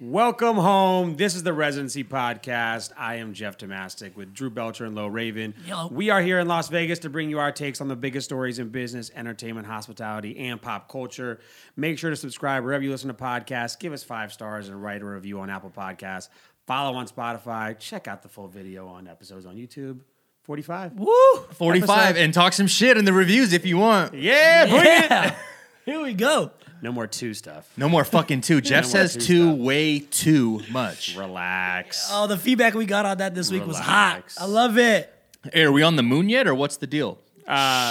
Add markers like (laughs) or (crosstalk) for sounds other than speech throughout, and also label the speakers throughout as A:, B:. A: Welcome home. This is the Residency Podcast. I am Jeff Tomastic with Drew Belcher and Lo Raven.
B: Hello.
A: We are here in Las Vegas to bring you our takes on the biggest stories in business, entertainment, hospitality, and pop culture. Make sure to subscribe wherever you listen to podcasts. Give us five stars and write a review on Apple Podcasts. Follow on Spotify. Check out the full video on episodes on YouTube. 45.
B: Woo!
C: 45 and talk some shit in the reviews if you want.
A: Yeah, bring it.
B: Yeah. Here we go.
A: No more two stuff.
C: (laughs) No more fucking two. Jeff
A: more
C: says
A: two
C: two
A: stuff.
C: way too much.
A: Relax.
B: Oh, the feedback we got on that this week was hot.
A: Relax.
B: I love it.
C: Hey, are we on the moon yet or what's the deal?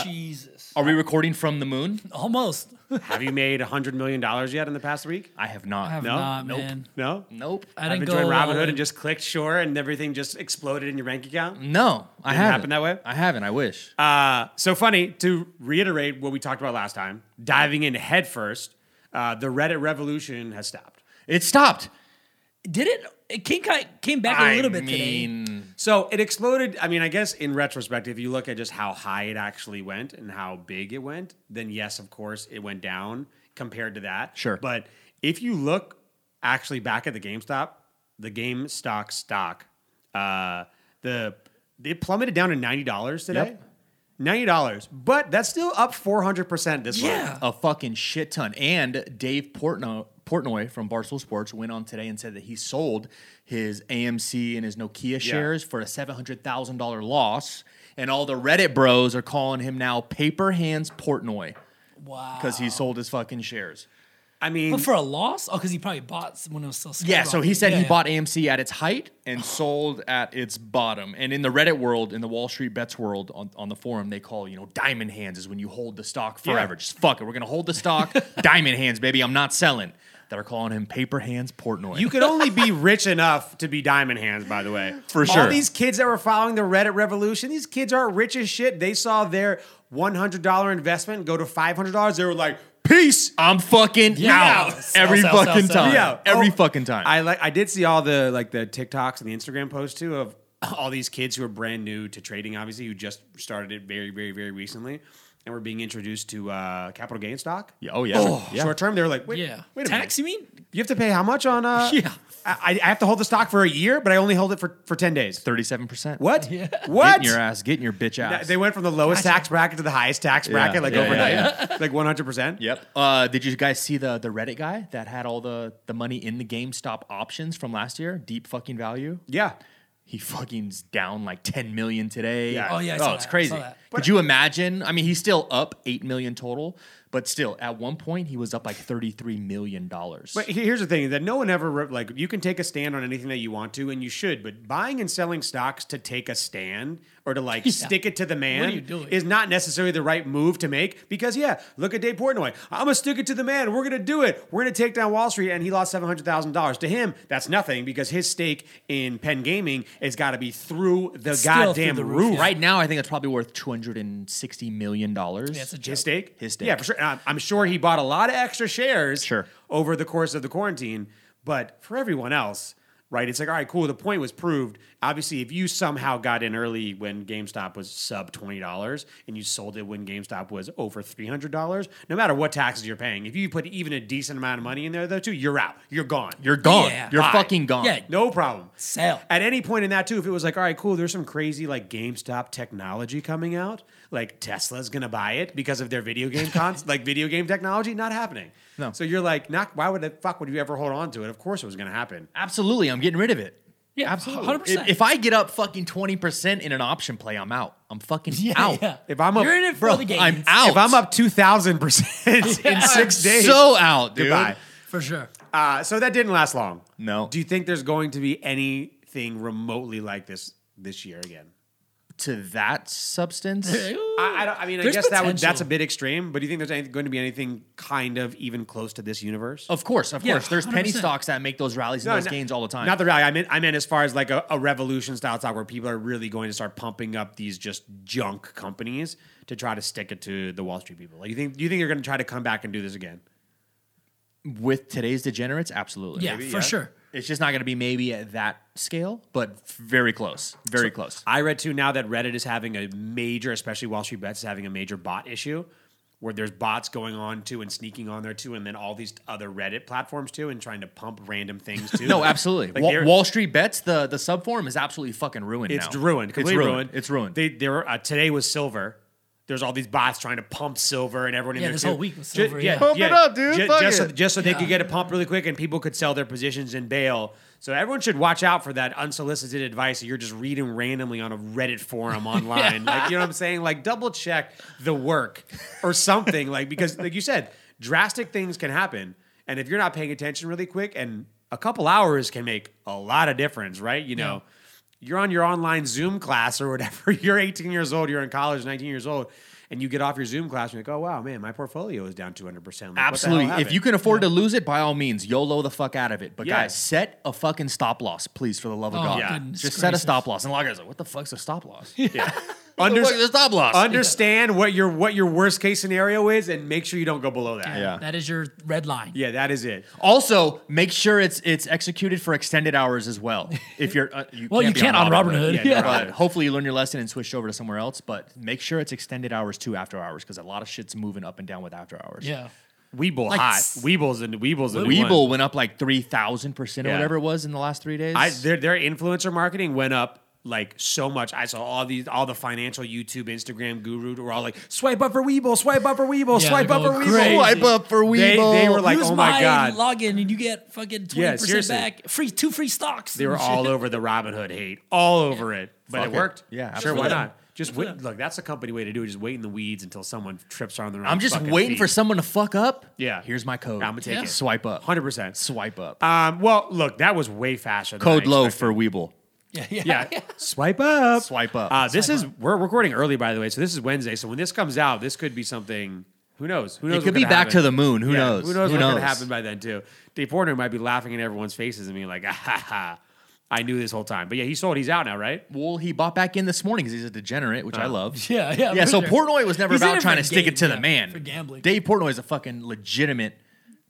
B: Jesus.
C: Are we recording from the moon?
B: Almost.
A: Have you made $100 million yet in the past week?
C: I have not.
B: have
A: No?
B: not,
A: Nope.
B: man.
A: No?
C: Nope.
B: I
A: I've
B: didn't
A: been
B: go
A: joined
B: all
A: Robinhood
B: in.
A: and just clicked sure, and everything just exploded in your bank
C: Mm-hmm.
A: account.
C: No, I haven't.
A: happen that way?
C: I haven't. I wish.
A: Uh, so funny to reiterate what we talked about last time. Diving in headfirst, uh, the Reddit revolution has stopped.
C: it stopped.
B: Did it? It came kind came back a
C: I
B: little bit today.
C: mean,
A: So it exploded. I mean, I guess in retrospect, if you look at just how high it actually went and how big it went, then yes, of course, it went down compared to that.
C: Sure.
A: But if you look actually back at the GameStop, the Game Stock stock, uh, the it plummeted down to ninety dollars today.
C: Yep.
A: Ninety dollars, but that's still up four hundred percent this month.
B: Yeah.
C: a fucking shit ton. And Dave Portno- Portnoy from Barstool Sports went on today and said that he sold his AMC and his Nokia shares for a seven hundred thousand dollar loss. And all the Reddit bros are calling him now Paper Hands Portnoy
B: Wow.
C: because he sold his fucking shares.
A: I mean,
B: But for a loss? Oh, because he probably bought when it was still.
C: Yeah, so he
B: skyrocketing.
C: said
B: Yeah,
C: he
B: yeah.
C: bought AMC at its height and sold at its bottom. And in the Reddit world, in the Wall Street bets world on, on the forum, they call, you know, diamond hands is when you hold the stock forever. Just fuck it. We're going to hold the stock. diamond hands, baby. I'm not selling. That are calling him paper hands Portnoy.
A: You could only be rich enough to be diamond hands, by the way.
C: For
A: All
C: sure.
A: these kids that were following the Reddit revolution, these kids aren't rich as shit. They saw their $100 investment go to $500. They were like,
C: Peace. I'm fucking out.
B: Sell, sell,
C: Every
B: sell,
C: fucking
B: sell, sell.
C: time.
A: Yeah.
C: Every
A: Oh,
C: fucking time.
A: I like. I did see all the like the TikToks and the Instagram posts too of (clears throat) all these kids who are brand new to trading, obviously who just started it very, very, very recently, and were being introduced to uh, capital gain stock.
C: Yeah, oh, yeah. yeah.
A: Short term, they were like, wait,
B: Yeah.
A: wait a minute.
B: Tax? You mean?
A: You have to pay how much on? Uh,
B: (laughs) Yeah.
A: I, I have to hold the stock for a year, but I only hold it for, for ten days.
C: 37%.
A: What?
B: Yeah.
A: (laughs) What?
C: Getting your ass. Getting your bitch
A: Th-
C: ass.
A: They went from the lowest tax bracket to the highest tax bracket, like
C: yeah, yeah,
A: overnight, like one hundred percent.
C: Yep. Uh, did you guys see the the Reddit guy that had all the the money in the GameStop options from last year? Deep fucking value.
A: Yeah.
C: He fucking's down like 10 million today.
A: Yeah.
B: Oh yeah. I saw
C: Oh,
B: that.
C: it's
B: I
C: crazy.
B: saw that.
C: Could you imagine? I mean, he's still up 8 million total, but still at one point he was up like 33 million dollars.
A: But he- here's the thing that no one ever re- like. You can take a stand on anything that you want to, and you should. But buying and selling stocks to take a stand or to
B: (laughs)
A: like stick it to the man
B: you doing?
A: is not necessarily the right move to make. Because yeah, look at Dave Portnoy. I'm gonna stick it to the man. We're gonna do it. We're gonna take down Wall Street, and he lost seven hundred thousand dollars. To him, that's nothing because his stake in Penn Gaming has got to be through the
B: Still through
A: goddamn
B: the roof,
A: roof.
B: yeah.
C: Right now I think it's probably worth 260 million dollars.
B: Yeah, it's a
A: His
B: joke.
A: stake?
C: His stake.
A: Yeah, for sure. And I'm, I'm sure he bought a lot of extra shares
C: Sure.
A: over the course of the quarantine. But for everyone else, right, it's like, all right, cool. The point was proved. Obviously, if you somehow got in early when GameStop was sub $20 and you sold it when GameStop was over $300, no matter what taxes you're paying, if you put even a decent amount of money in there, though, too, you're out. You're gone.
C: You're gone.
B: Yeah.
C: You're
B: Bye.
C: fucking gone.
B: Yeah.
A: no problem.
B: Sell.
A: At any point in that too, if it was like, all right, cool, there's some crazy like GameStop technology coming out, like Tesla's gonna buy it because of their video
C: (laughs)
A: game cons, like video game technology, not happening.
C: No.
A: So you're like, not why would the fuck would you ever hold on to it? Of course it was gonna happen.
C: Absolutely. I'm getting rid of it.
B: Yeah,
C: Absolutely.
B: 100%.
C: If, if I get up fucking 20% in an option play, I'm out. I'm fucking out.
B: (laughs) Yeah.
A: If I'm a-
B: you're in it for
C: Bro,
B: the game.
C: I'm out.
A: If I'm up two thousand
C: (laughs)
A: percent in six days,
C: So out, dude.
A: (laughs) goodbye.
B: for sure.
A: Uh, so that didn't last long.
C: No.
A: Do you think there's going to be anything remotely like this this year again?
C: To that substance,
A: I, I, don't, I mean, I
B: There's
A: guess that would,
B: potential.
A: that's a bit extreme, but do you think there's any, going to be anything kind of even close to this universe?
C: of course, of
B: Yeah,
C: course. There's penny
B: 100%.
C: stocks that make those rallies and
A: No,
C: Oh, those
A: no-
C: gains all the time.
A: Not the rally. I mean, I meant as far as like a, a revolution style stock where people are really going to start pumping up these just junk companies to try to stick it to the Wall Street people. Like, you think you think they're going to try to come back and do this again?
C: With today's degenerates, absolutely.
B: Yeah,
C: Maybe,
B: for sure.
C: It's just not going to be maybe at that scale, but very close, very close.
A: I read too now that Reddit is having a major, especially Wall Street Bets, is having a major bot issue where there's bots going on too and sneaking on there too, and then all these other Reddit platforms too, and trying to pump random things too.
C: (laughs) No, absolutely.
A: (laughs) Like
C: Wa-
A: they're-
C: Wall, Street bets the the subform is absolutely fucking ruined.
A: It's
C: now.
A: ruined.
C: It's
A: Completely
C: ruined.
A: ruined.
C: It's ruined.
A: They they were uh, today was silver. There's all these bots trying to pump silver and everyone in
B: Yeah,
A: there
B: this
A: too.
B: whole week was
A: Ju-
B: silver, yeah.
C: Pump it up, dude.
A: Ju-
C: Fuck
A: just, So,
C: it.
A: just so they could get a pump really quick and people could sell their positions in bail. So everyone should watch out for that unsolicited advice that you're just reading randomly on a Reddit
C: (laughs)
A: forum online. Like you know what I'm saying? Like double check the work or something. like because like you said, drastic things can happen, and if you're not paying attention really quick, and a couple hours can make a lot of difference, right? You know you're on your online Zoom class or whatever. (laughs) You're 18 years old. You're in college, 19 years old, and you get off your Zoom class and you're like, oh wow, man, my portfolio is down 200. percent
C: Absolutely. If you can afford to lose it, by all means, YOLO the fuck out of it. But
A: Yeah.
C: guys, set a fucking stop loss, please, for the love of
B: Oh,
C: God.
A: Yeah.
B: goodness
C: Just set a
B: gracious.
C: stop loss. And a lot of guys are like, what the fuck's a stop loss? What the
A: Under-
C: fuck is a stop loss?
A: understand what your what your worst case scenario is, and make sure you don't go below that.
C: Yeah.
B: That is your red line.
A: yeah, that is it.
C: also, make sure it's it's executed for extended hours as well. If you're uh, you
B: Well, you
C: be
B: can't on Robinhood.
A: Yeah,
B: Yeah.
C: But hopefully you learn your lesson and switch over to somewhere else. But make sure it's extended hours to after hours because a lot of shit's moving up and down with after hours.
B: Yeah.
A: Weeble
B: Like
A: hot.
B: s-
A: Weeble's and Weeble's and
C: Weeble went up like 3,000% or
A: Yeah.
C: whatever it was in the last three days.
A: I, their their influencer marketing went up like so much. I saw all these all the financial YouTube, Instagram guru were all like, swipe up for Weeble, swipe up for Weeble,
B: Yeah,
A: swipe
B: they're
A: up for
B: going
A: Weeble.
B: crazy.
C: Swipe up for
A: They,
C: Weeble.
A: they were like,
B: Use
A: oh my,
B: my
A: god,
B: login and you get fucking 20%
A: Yeah, seriously.
B: back. Free two free stocks.
A: They were
B: and
A: all
B: shit.
A: over the Robin Hood hate, all over it. But
C: Fuck
A: it
C: it.
A: worked.
C: Yeah,
A: sure. Why
C: absolutely.
A: not? Just wait, look. That's a company way to do it. Just wait in the weeds until someone trips on their own.
C: I'm just
A: fucking
C: waiting
A: feet.
C: for someone to fuck up.
A: Yeah.
C: Here's my code.
A: I'ma take it.
C: Swipe up.
A: 100%.
C: Swipe up.
A: Um, well, look, that was way faster. Than
C: code
A: I
C: low
A: expected.
C: for Weeble.
B: Yeah. Yeah.
A: (laughs) Yeah, swipe up.
C: Swipe up.
A: Uh, this is we're recording early, by the way. So this is Wednesday. So when this comes out, this could be something. Who knows? Who knows?
C: it
A: what
C: could be back
A: happen.
C: to the moon. Who
A: Yeah,
C: knows?
A: Who knows what could happen by then too? Dave Portner might be laughing in everyone's faces and being like, (laughs) ah, ha, ha. I knew this whole time. But yeah, he sold. He's out now, right?
C: Well, he bought back in this morning because he's a degenerate, which I love.
B: Uh, (laughs) Yeah, yeah,
C: Yeah,
B: for
C: so
B: sure.
C: Portnoy was never
B: He's in
C: about
B: it
C: trying
B: for
C: to stick
B: game,
C: it to the
B: yeah,
C: man.
B: for gambling.
C: Dave Portnoy is a fucking legitimate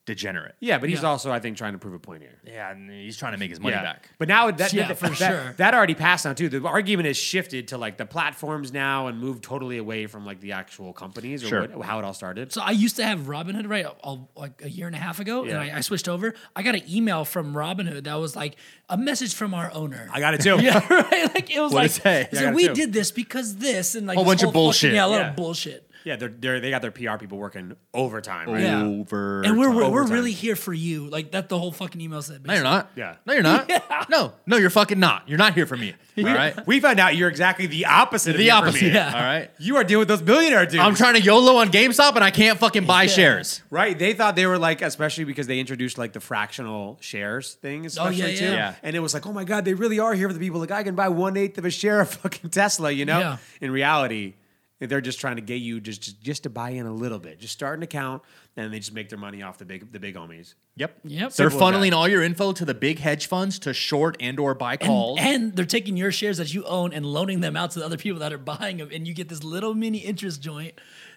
C: degenerate.
A: Yeah, but he's
B: Yeah.
A: also, I think, trying to prove a point here.
C: Yeah, and he's trying to make his money back.
A: But now that,
B: Yeah,
A: that,
B: for
A: that-
B: sure.
A: that already passed now too. The argument has shifted to like the platforms now and moved totally away from like the actual companies or
C: Sure.
A: what, how it all started.
B: So I used to have Robinhood, right? A, like a year and a half ago,
A: Yeah.
B: and I, I switched over. I got an email from Robinhood that was like a message from our owner.
A: I got it too.
B: yeah, (laughs) right. Like it was
C: What'd
B: like,
C: it say?
B: it
A: Yeah, I
B: said,
A: got it
B: we
A: too.
B: did this because this and like
C: Whole
B: this
C: bunch of
B: whole fucking-
C: bullshit.
B: yeah, a lot
A: Yeah.
B: of bullshit.
A: Yeah, they're, they're they got their PR people working overtime. Right?
B: Yeah.
C: Over.
B: And we're we're, we're
A: Overtime.
B: really here for you. Like that, the whole fucking email said.
C: No, you're not.
A: Yeah.
C: No,
B: (laughs)
C: you're not. No, no, you're fucking not. You're not here for me. All right.
A: We found out you're exactly the opposite. of
C: The
A: here for
C: opposite.
A: me.
B: Yeah.
C: All right.
A: You are doing what those billionaire dudes.
C: I'm trying to YOLO on GameStop and I can't fucking buy
B: Yeah.
C: shares.
A: Right, they thought they were like, especially because they introduced like the fractional shares thing, especially
B: Oh, yeah,
A: too.
B: yeah.
C: Yeah.
A: And it was like, oh my god, they really are here for the people. Like I can buy one eighth of a share of (laughs) fucking Tesla, you know.
B: Yeah.
A: In reality, they're just trying to get you just, just just to buy in a little bit, just start an account, and they just make their money off the big the big homies.
C: Yep.
B: Yep.
C: They're
A: Simple as
C: funneling
A: that.
C: all your info to the big hedge funds to short and or buy calls.
B: And they're taking your shares that you own and loaning them out to the other people that are buying them, and you get this little mini interest joint.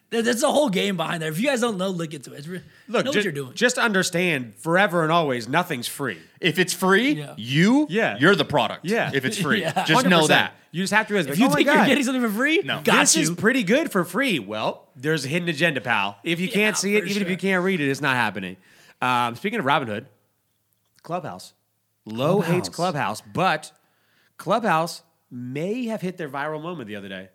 B: There- There's a whole game behind there. If you guys don't know, look into it. It's re-
A: Look,
B: know
A: ju-
B: what you're doing.
A: just understand, forever and always, nothing's free.
C: if it's free,
B: Yeah.
C: you
A: Yeah.
C: you're the product.
A: Yeah.
C: If it's
B: (laughs)
C: free.
B: Yeah.
C: Just know
A: 100%.
C: that.
A: you just have to realize.
B: if you
A: oh my
B: think
A: god,
B: you're getting something for free,
C: No.
B: got
A: this
B: you.
A: is pretty good for free. Well, there's a hidden agenda, pal. If you
B: Yeah,
A: can't see it,
B: for
A: even if you
B: sure.
A: can't read it, it's not happening. Um, speaking of Robinhood, Clubhouse. Low hates Clubhouse, but Clubhouse may have hit their viral moment the other day.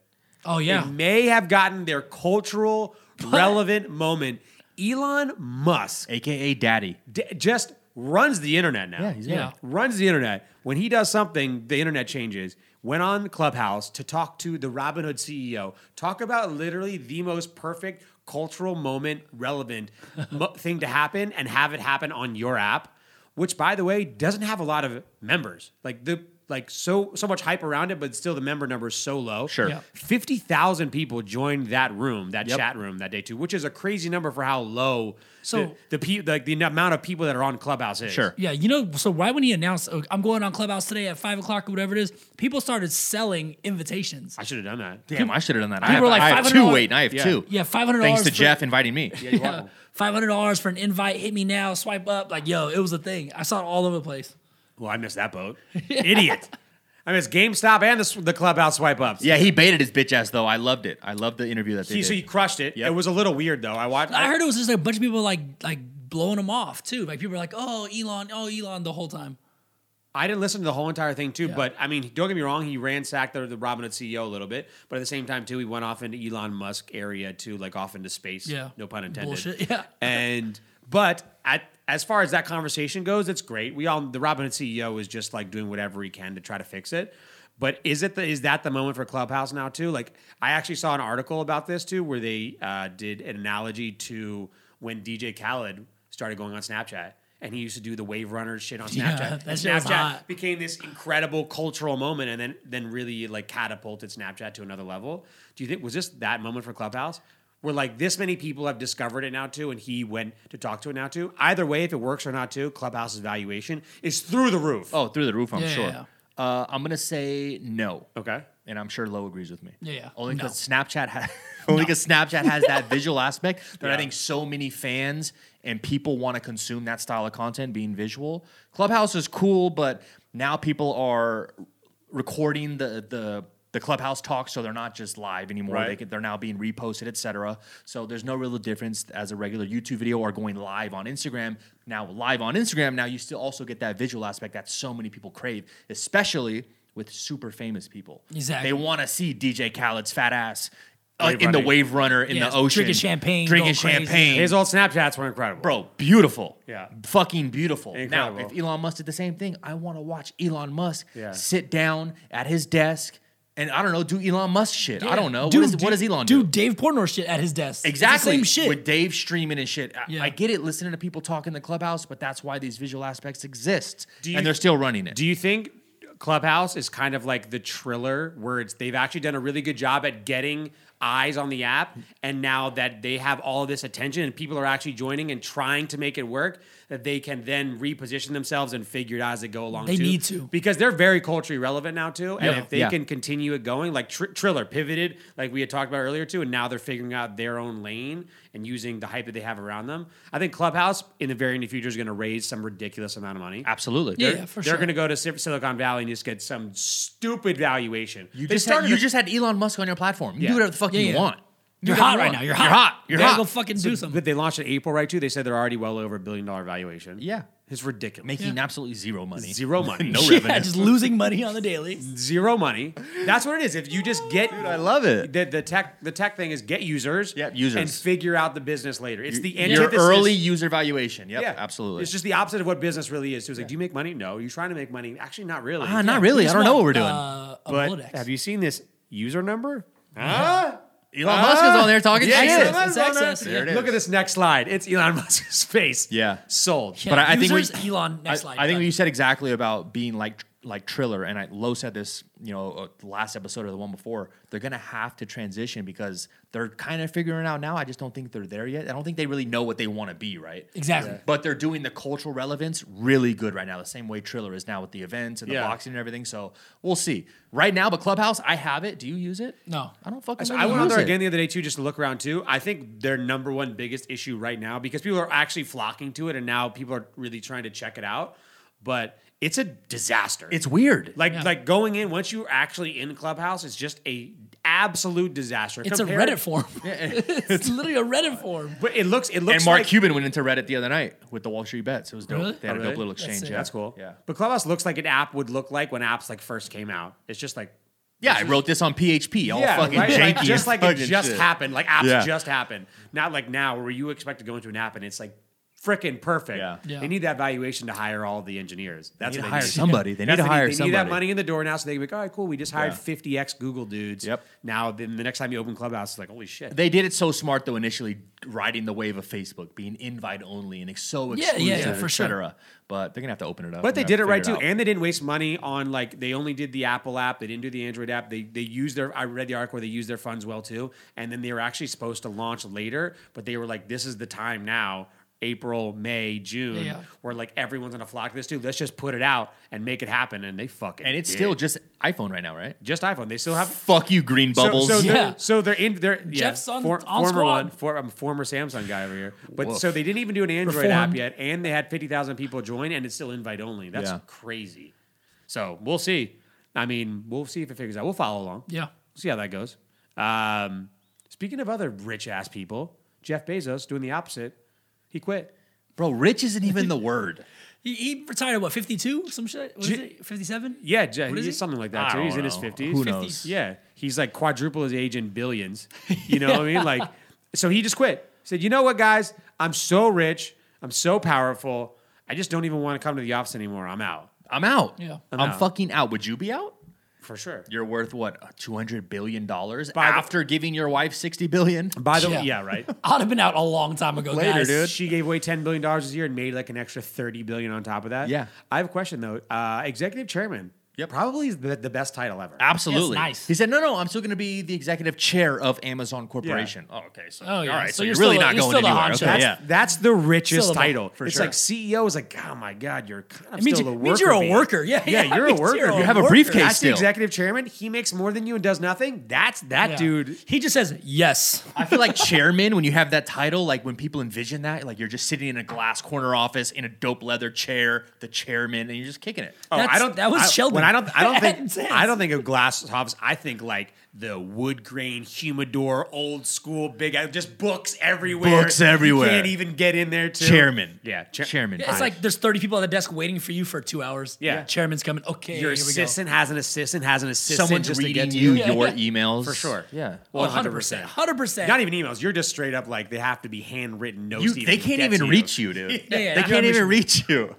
B: oh
A: They
B: yeah.
A: may have gotten their cultural relevant moment. Elon Musk
C: AKA Daddy.
A: d- just runs the internet now.
C: Yeah, he's
B: Yeah.
C: mad.
A: runs the internet. When he does something, the internet changes. Went on Clubhouse to talk to the Robinhood CEO. Talk about literally the most perfect cultural moment, relevant (laughs) mo- thing to happen, and have it happen on your app, which, by the way, doesn't have a lot of members. Like the like so so much hype around it, but still the member number is so low.
C: Sure.
B: Yeah.
A: fifty thousand people joined that room, that chat room that day too, which is a crazy number for how low
B: So-
A: the, the pe- like the amount of people that are on Clubhouse is.
C: Sure.
B: Yeah, you know, so right when he announced, oh, I'm going on Clubhouse today at five o'clock or whatever it is, people started selling invitations.
A: I should have done that.
C: Damn, I should have done that. I
B: People
C: have,
B: were like,
C: I have two
B: $500
C: wait and I have
A: Yeah.
C: two.
B: Yeah, five hundred dollars.
C: Thanks to Jeff inviting me.
A: you're welcome.
B: Five hundred dollars for an invite. Hit me now. Swipe up. Like yo, it was a thing. I saw it all over the place. (laughs)
A: Well, I missed that boat. Idiot. I mean, it's GameStop and the, the clubhouse swipe ups.
C: (laughs) Yeah, he baited his bitch ass though. I loved it. I loved the interview that they
A: He,
C: did.
A: so he crushed it.
C: Yep.
A: It was a little weird though. I watched.
B: I heard it was just like a bunch of people like like blowing him off too. Like people were like, "Oh, Elon, oh Elon," the whole time.
A: I didn't listen to the whole entire thing too,
B: Yeah.
A: but I mean, don't get me wrong, he ransacked the, the Robinhood CEO a little bit, but at the same time too, he went off into Elon Musk area too, like off into space.
B: Yeah.
A: no pun intended.
B: Bullshit, (laughs) yeah.
A: (laughs) and but at as far as that conversation goes, it's great. We all the Robinhood CEO is just like doing whatever he can to try to fix it. But is it the, is that the moment for Clubhouse now too? Like I actually saw an article about this too, where they uh, did an analogy to when DJ Khaled started going on Snapchat. And he used to do the wave runner shit on Snapchat.
B: Yeah,
A: And
B: that shit was
A: Snapchat
B: hot.
A: became this incredible cultural moment and then then really like catapulted Snapchat to another level. Do you think was this that moment for Clubhouse? Where like this many people have discovered it now too, and he went to talk to it now too. Either way, if it works or not too, Clubhouse's valuation is through the roof.
C: oh, through the roof, I'm
B: Yeah,
C: sure.
B: yeah,
C: Uh, I'm gonna say no.
A: Okay.
C: And I'm sure Lowe agrees with me.
B: Yeah, yeah.
C: Only
B: No.
C: because Snapchat has (laughs) only because Snapchat has
B: (laughs)
C: that visual aspect that I
A: Yeah.
C: think so many fans and people want to consume that style of content being visual. Clubhouse is cool, but now people are recording the the the clubhouse talk, so they're not just live anymore.
A: Right.
C: They can, they're now being reposted, etc. So there's no real difference as a regular YouTube video or going live on Instagram. Now live on Instagram, now you still also get that visual aspect that so many people crave, especially with super famous people.
B: Exactly.
C: They want to see DJ Khaled's fat ass uh,
A: Wave
C: in the
A: running.
C: wave runner in
B: Yeah,
C: the ocean,
B: drinking champagne,
C: drinking
B: going crazy.
C: champagne.
A: His old Snapchats were incredible.
C: Bro, beautiful.
A: Yeah.
C: Fucking beautiful.
A: Incredible.
C: Now, if Elon Musk did the same thing, I want to watch Elon Musk
A: Yeah.
C: sit down at his desk and I don't know, do Elon Musk shit. I
B: Yeah.
C: don't know.
B: Do-
C: what, is, what does Elon do?
B: Do Dave Portnoy shit at his desk. It's the
C: Exactly.
B: same shit.
C: With Dave streaming and shit. I-
B: Yeah.
C: I, get it, listening to people talk in the clubhouse, but that's why these visual aspects exist.
A: you-
C: and they're still running it.
A: Do you think Clubhouse is kind of like the Triller, where it's they've actually done a really good job at getting eyes on the app, and now that they have all this attention and people are actually joining and trying to make it work, that they can then reposition themselves and figure it out as they go along.
B: They
A: too.
B: need to.
A: because they're very culturally relevant now too, and
C: Yeah.
A: if they
C: Yeah.
A: can continue it going, like Tr- Triller pivoted, like we had talked about earlier too, and now they're figuring out their own lane and using the hype that they have around them. I think Clubhouse in the very near future is going to raise some ridiculous amount of money
C: Absolutely.
B: yeah,
C: They're-
B: yeah, for
A: they're
B: sure.
A: going to go to Sil- Silicon Valley and just get some stupid valuation.
C: You,
A: they
C: just had,
A: started.
C: you
A: a-
C: just had Elon Musk on your platform. You
A: Yeah.
C: do whatever the fuck
B: Yeah,
C: you
B: yeah.
C: want. You
B: You're
C: do whatever
B: hot
C: you
B: right
C: want.
B: now. You're
C: You're hot.
B: hot.
C: You're
B: You gotta
C: hot.
B: Go fucking do something.
A: but they launched in April, right? Too. They said they're already well over a billion dollar valuation.
C: Yeah.
A: it's ridiculous.
C: Making absolutely zero money. (laughs)
A: Zero money.
B: (laughs)
C: no
B: yeah,
C: revenue.
B: just losing money on the
C: (laughs)
B: daily.
A: Zero money. That's what it is. If you just get,
C: I love it.
A: the, the tech. The tech thing is get users.
C: Yep, users.
A: and figure out the business later. It's the
C: Your
A: antithesis.
C: early user valuation. Yep,
A: Yeah,
C: absolutely.
A: It's just the opposite of what business really is. So it's like, do you make money? No, you're trying to make money. Actually, not really.
C: Ah, not really. I don't know what we're doing.
B: Uh, a
A: But
B: Rolodex.
A: have you seen this user number?
C: Elon Musk is on there talking
A: Yeah,
C: shit.
A: yeah,
B: Access.
A: Elon
B: It's
A: Musk.
B: access.
C: There it is.
A: Look at this next slide. It's Elon (laughs) Musk's face.
C: Yeah.
A: Sold.
B: Yeah,
C: But I- I think we-
B: users, Elon. Next slide.
C: I, I think
B: Done.
C: what you said exactly about being like like Triller, and I, Lowe said this, you know, uh, the last episode or the one before. They're gonna have to transition because they're kind of figuring out now. I just don't think they're there yet. I don't think they really know what they want to be, right?
B: Exactly. Yeah.
C: But they're doing the cultural relevance really good right now. The same way Triller is now with the events and the
A: Yeah.
C: boxing and everything. So we'll see. Right now, but Clubhouse, I have it. Do you use it?
B: No.
C: I don't fucking.
A: So
C: really
A: I went out
C: use
A: there
C: it.
A: again the other day too, just to look around too. I think their number one biggest issue right now because people are actually flocking to it, and now people are really trying to check it out. But it's a disaster.
C: It's weird.
A: like like going in once you're actually in Clubhouse, it's just a absolute disaster.
B: it's a
A: Compared-
B: Reddit form. (laughs)
C: (laughs)
B: it's literally a Reddit form.
A: but it looks it looks
C: and Mark
A: like,
C: Cuban went into Reddit the other night with the Wall Street bets. It was dope.
B: Really?
C: They had
A: Oh,
C: a
A: really?
C: dope little
A: That's
C: exchange.
B: sick.
C: yeah.
A: That's cool.
C: Yeah.
A: But Clubhouse looks like an app would look like when apps like first came out. It's just like
C: Yeah, I wrote this on PHP, all fucking
A: right?
C: janky.
A: Like,
C: and
A: just like it
C: fucking
A: just
C: shit.
A: happened. Like apps
C: Yeah.
A: just happened. Not like now where you expect to go into an app and it's like freaking perfect.
C: Yeah.
B: Yeah.
A: They need that valuation to hire all the engineers. That's
C: need
A: what they
C: to hire
A: need. (laughs)
C: somebody. They need
A: That's
C: to
A: what
C: hire
A: they They need that
C: somebody.
A: money in the door now so they can be like, all right, cool. We just hired
C: Yeah.
A: 50x Google dudes.
C: Yep.
A: Now then the next time you open Clubhouse, it's like, holy shit.
C: They did it so smart though initially, riding the wave of Facebook, being invite only and ex-
B: Yeah,
C: so
B: yeah,
C: exclusive,
B: yeah,
C: et
B: for sure.
C: cetera. But they're gonna have to open it up.
A: but they
C: They're
A: did it
C: gonna have
A: right
C: to
A: too,
C: figure
A: and they didn't waste money on like they only did the Apple app. They didn't do the Android app. They they used their. I read the article where they used their funds well too, and then they were actually supposed to launch later, but they were like, "This is the time now." April, May, June,
B: Yeah.
A: where like everyone's gonna flock to this too. Let's just put it out and make it happen. And they fucking
C: it out. and it's
A: did.
C: still just iPhone right now, right?
A: just iPhone. They still have
C: Fuck you, green bubbles.
A: So, so,
B: Yeah.
A: they're, so they're in. They're yeah,
B: Jeff's on- on
A: former
B: squad.
A: one. For, I'm a former Samsung guy over here. But so they didn't even do an Android app
B: Reformed.
A: yet, and they had fifty thousand people join, and it's still invite only. That's
C: Yeah.
A: crazy. So we'll see. I mean, we'll see if it figures out. We'll follow along.
B: Yeah.
A: See how that goes. Um, speaking of other rich ass people, Jeff Bezos doing the opposite. He quit.
C: (laughs) Bro, rich isn't even the word.
B: He, he retired at what, 52? Some shit? Was
A: Ju-
B: it 57?
A: Yeah, Je-
B: What is
A: he's
B: he?
A: something like that.
C: I
A: Too. He's
C: don't
A: in his
C: know.
A: fifties.
C: Who knows?
A: Yeah, he's like quadruple his age in
C: (laughs)
A: billions. You know what I mean? Like, so he just quit. He said, "You know what, guys? I'm so rich. I'm so powerful. I just don't even want to come to the office anymore. I'm out
C: I'm out.
B: Yeah.
A: I'm
C: I'm,
A: out.
C: fucking out. Would you be out?
A: for sure."
C: You're worth what, two hundred billion dollars
A: By the-
C: after giving your wife sixty billion?
A: By the
B: Yeah.
A: way, yeah, right.
B: I'd have been out a long time ago,
C: (laughs) Later,
B: guys.
C: dude.
A: She gave away ten billion dollars a year and made like an extra thirty billion on top of that.
C: Yeah.
A: I have a question though. Uh, executive chairman.
C: Yep.
A: Probably is the, the best title ever.
C: Absolutely.
B: Yes, nice.
C: He said, "No, no, I'm still going to be the executive chair of Amazon Corporation." Oh, okay. So,
B: Oh, yeah.
C: all right.
B: So
C: So,
B: you're
C: you're, really
B: still-
C: not
B: you're
C: going
B: still the
C: anywhere.
B: honcho.
C: Okay,
A: That's,
C: yeah.
A: that's the richest
B: Still the-
A: title.
C: for
A: it's
C: sure.
A: like CEO is like, oh my god, you're kind of
B: It means,
A: still
B: you,
A: a
B: it
A: worker.
B: means you're a
A: bee."
B: worker. Yeah,
A: Yeah, you're a
B: it means
A: worker. You
C: have a
B: worker.
C: briefcase.
A: That's the
C: still.
A: executive chairman. He makes more than you and does nothing. That's that
B: Yeah.
A: dude.
B: He just says yes.
C: I feel like chairman when you have that title, like when people envision that, like you're just sitting in a glass corner office in a dope leather chair, the chairman, and you're just kicking it.
A: Oh,
B: That's-
A: I don't.
B: that was
A: I, When
B: Sheldon.
A: I don't, I
B: (laughs)
A: don't
B: That's
A: think.
B: it.
A: I don't think of glass tops. I think like the wood grain humidor, old school, big. uh, Just books everywhere.
C: Books
A: You
C: everywhere.
A: can't even get in there. Too.
C: Chairman.
A: Yeah. chair-
C: chairman.
B: Yeah, It's like there's 30 people at the desk waiting for you for two hours.
A: Yeah.
B: Chairman's coming. Okay.
A: Your
B: here we
A: assistant has an assistant has an assistant.
C: someone's
A: just to
C: reading
A: get to
C: you
B: Yeah,
C: your
B: yeah.
C: emails
A: for sure.
C: Yeah.
B: go. Oh, 100%. 100%.
A: Not even emails. You're just straight up like they have to be handwritten notes.
C: You,
A: to
C: they can't
A: get to
C: even reach you, dude.
B: (laughs) Yeah, yeah,
C: they
B: that's
C: can't
B: what
C: even
B: I'm
C: reach you.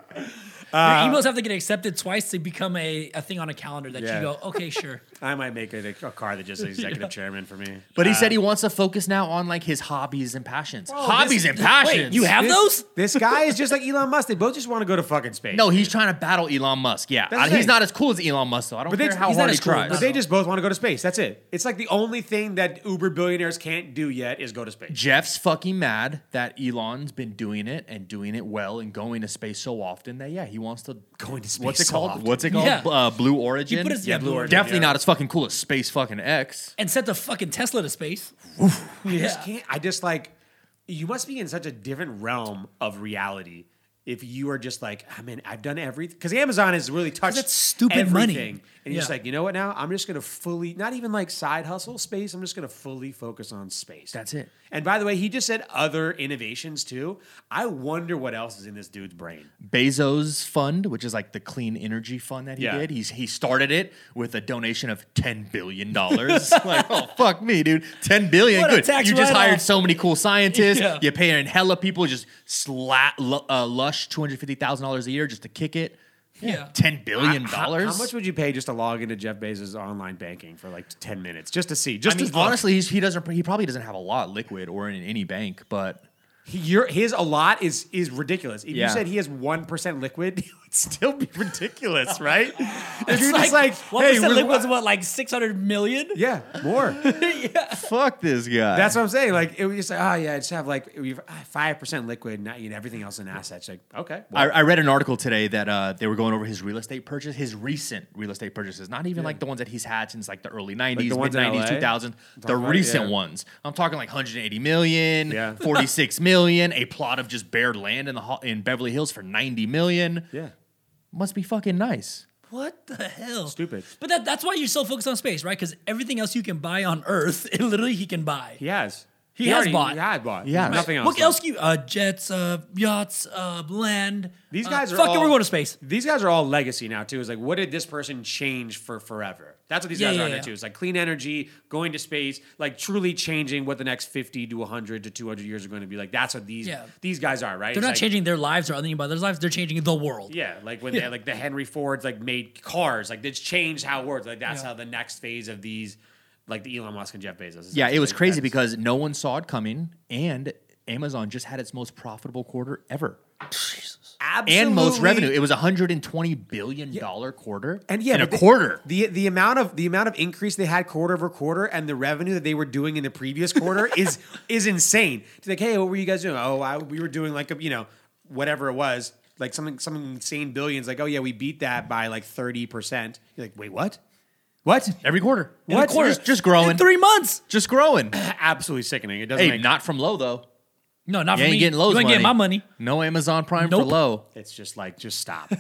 A: Uh,
B: Your emails have to get accepted twice to become a, a thing on a calendar that
A: Yeah.
B: you go, okay,
A: (laughs)
B: sure.
A: I might make it a, a car that just
C: (laughs)
A: says executive chairman for me.
C: But he said he wants to focus now on like his hobbies and passions. hobbies and passions.
B: Wait, you have
A: This-
B: those?
A: This guy is
C: (laughs)
A: just like Elon Musk. They both just want to go to fucking space.
C: No, he's trying to battle Elon Musk. Yeah,
A: That's the
C: Uh, he's
A: thing.
C: not as cool as Elon Musk though. I don't
A: But
C: care
A: that's-
C: how
B: he's not
C: hard he
B: as cool,
C: tries.
A: But they just both want to go to space. That's it. It's like the only thing that Uber billionaires can't do yet is go to space.
C: Jeff's fucking mad that Elon's been doing it and doing it well and going to space so often that yeah, he wants to
A: Going to space
C: What's it
A: so
C: called?
A: often.
C: What's it called?
B: Yeah.
C: Uh, Blue Origin.
B: He put his- yeah, Blue Origin,
C: Definitely
A: yeah.
C: not as fucking cool as Space fucking X.
B: And sent the fucking Tesla to space.
A: I just
B: (laughs) Yeah.
A: can't. I just like you must be in such a different realm of reality if you are just like, I mean, I've done everything because Amazon has really touched
B: that's stupid money.
A: everything. And you're just
B: Yeah.
A: like, you know what? Now I'm just gonna fully, not even like side hustle space. I'm just gonna fully focus on space.
C: That's it.
A: And by the way, he just said other innovations too. I wonder what else is in this dude's brain.
C: Bezos Fund, which is like the clean energy fund that he
A: Yeah.
C: did. He's he started it with a donation of ten billion dollars. like, oh fuck me, dude, ten billion.
B: What a
C: good.
B: tax
C: you just
B: write-off.
C: hired so many cool scientists.
B: Yeah.
C: You're paying hella people just slat lu- uh, lush two hundred fifty thousand dollars a year just to kick it.
B: Yeah.
C: Ten billion
A: How- how-
C: dollars.
A: How, much would you pay just to log into Jeff Bezos' online banking for like ten minutes, just to see? Just
C: I mean,
A: to look?
C: honestly, he's, he doesn't. He probably doesn't have a lot liquid or in any bank, but
A: He- your- his a lot is is ridiculous. If you
C: Yeah.
A: said he has one percent liquid, (laughs) it would still be
B: (laughs)
A: ridiculous, right? if
B: It's
A: you're just like,
B: what
A: hey,
B: percent
A: we're-
B: liquid was what, like 600 million?
A: yeah, more.
C: fuck this guy.
A: That's what I'm saying. Like, it was just like, oh yeah, I just have like five percent liquid, not you know, everything else in assets. Like, okay, well,
C: I, I read an article today that uh, they were going over his real estate purchase, his recent real estate purchases, not even like the ones that he's had since like the early 90s,
A: ones
C: mid
A: in
C: 90s,
A: LA?
C: 2000, the
A: Talking about-
C: recent
A: yeah.
C: ones. I'm talking like 180 million,
A: Yeah. (laughs)
C: 46 million, a plot of just bare land in the ho- in Beverly Hills for 90 million.
A: yeah,
C: Must be fucking nice.
B: What the hell?
A: Stupid.
B: But that, that's why you're so focused on space, right? Because everything else you can buy on Earth, (laughs) it literally he can buy.
A: he has.
B: He has
A: already-
B: bought.
A: He had bought.
C: Yeah.
A: Yeah, nothing else.
B: What
A: though.
B: else can you? Uh, jets, uh, yachts, uh, land.
A: These
B: Uh,
A: guys are
B: fuck it.
A: all-
B: We're going to space.
A: These guys are all legacy now too. Is like, what did this person change for forever? That's what these
B: Yeah,
A: guys
B: yeah,
A: are now
B: yeah.
A: too. It's like clean energy, going to space, like truly changing what the next fifty to hundred to two hundred years are going to be like. That's what these
B: Yeah.
A: these guys are, right?
B: They're
A: It's
B: not
A: like-
B: changing their lives or anything about their lives. They're changing the world.
A: Yeah, like when they like the Henry Fords like made cars, like it's changed how it works. Like that's
B: Yeah.
A: how the next phase of these, like the Elon Musk and Jeff Bezos. is
C: Yeah, it was
A: like,
C: crazy
A: that's-
C: because no one saw it coming, and Amazon just had its most profitable quarter ever. And most
A: Absolutely.
C: revenue. It was a hundred and twenty billion dollar quarter,
A: and yeah,
C: in a
A: but the-
C: quarter.
A: The the amount of the amount of increase they had quarter over quarter, and the revenue that they were doing in the previous (laughs) quarter is is insane. It's like, hey, what were you guys doing? Oh, I, we were doing like a, you know whatever it was, like something some insane billions. Like, oh yeah, we beat that by like thirty percent. You're like, wait, what? What?
C: Every quarter.
B: In a
A: What?
B: quarter.
C: Just, just growing.
B: In three months.
C: just growing.
A: Absolutely sickening. It doesn't
C: hey,
A: make
C: not from low though.
B: No, not for
C: You ain't
B: me.
C: getting lows.
B: You ain't
C: money.
B: getting my money.
C: No Amazon Prime
B: Nope.
C: for low. (laughs)
A: It's just like, just stop.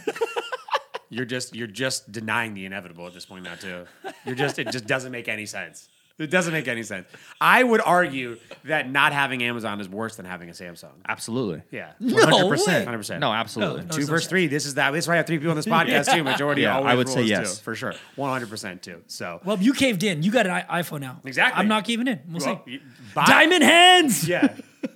A: You're just you're just denying the inevitable at this point now too. You're just it just doesn't make any sense. It doesn't make any sense. I would argue that not having Amazon is worse than having a Samsung.
C: Absolutely.
A: Yeah.
B: way.
A: 100 percent
C: No, absolutely.
B: No,
A: Two
B: so-
A: versus three. This is that. This why I have three people on this podcast too. Majority.
C: (laughs) Yeah,
A: always
C: I would say
A: rules,
C: yes.
A: too, for sure. One hundred percent too. So
B: Well, you caved in. You got an i- iPhone now.
A: Exactly.
B: I'm not caving in. We'll,
A: Well,
B: see.
A: you- buy-
B: Diamond hands.
A: Yeah. (laughs)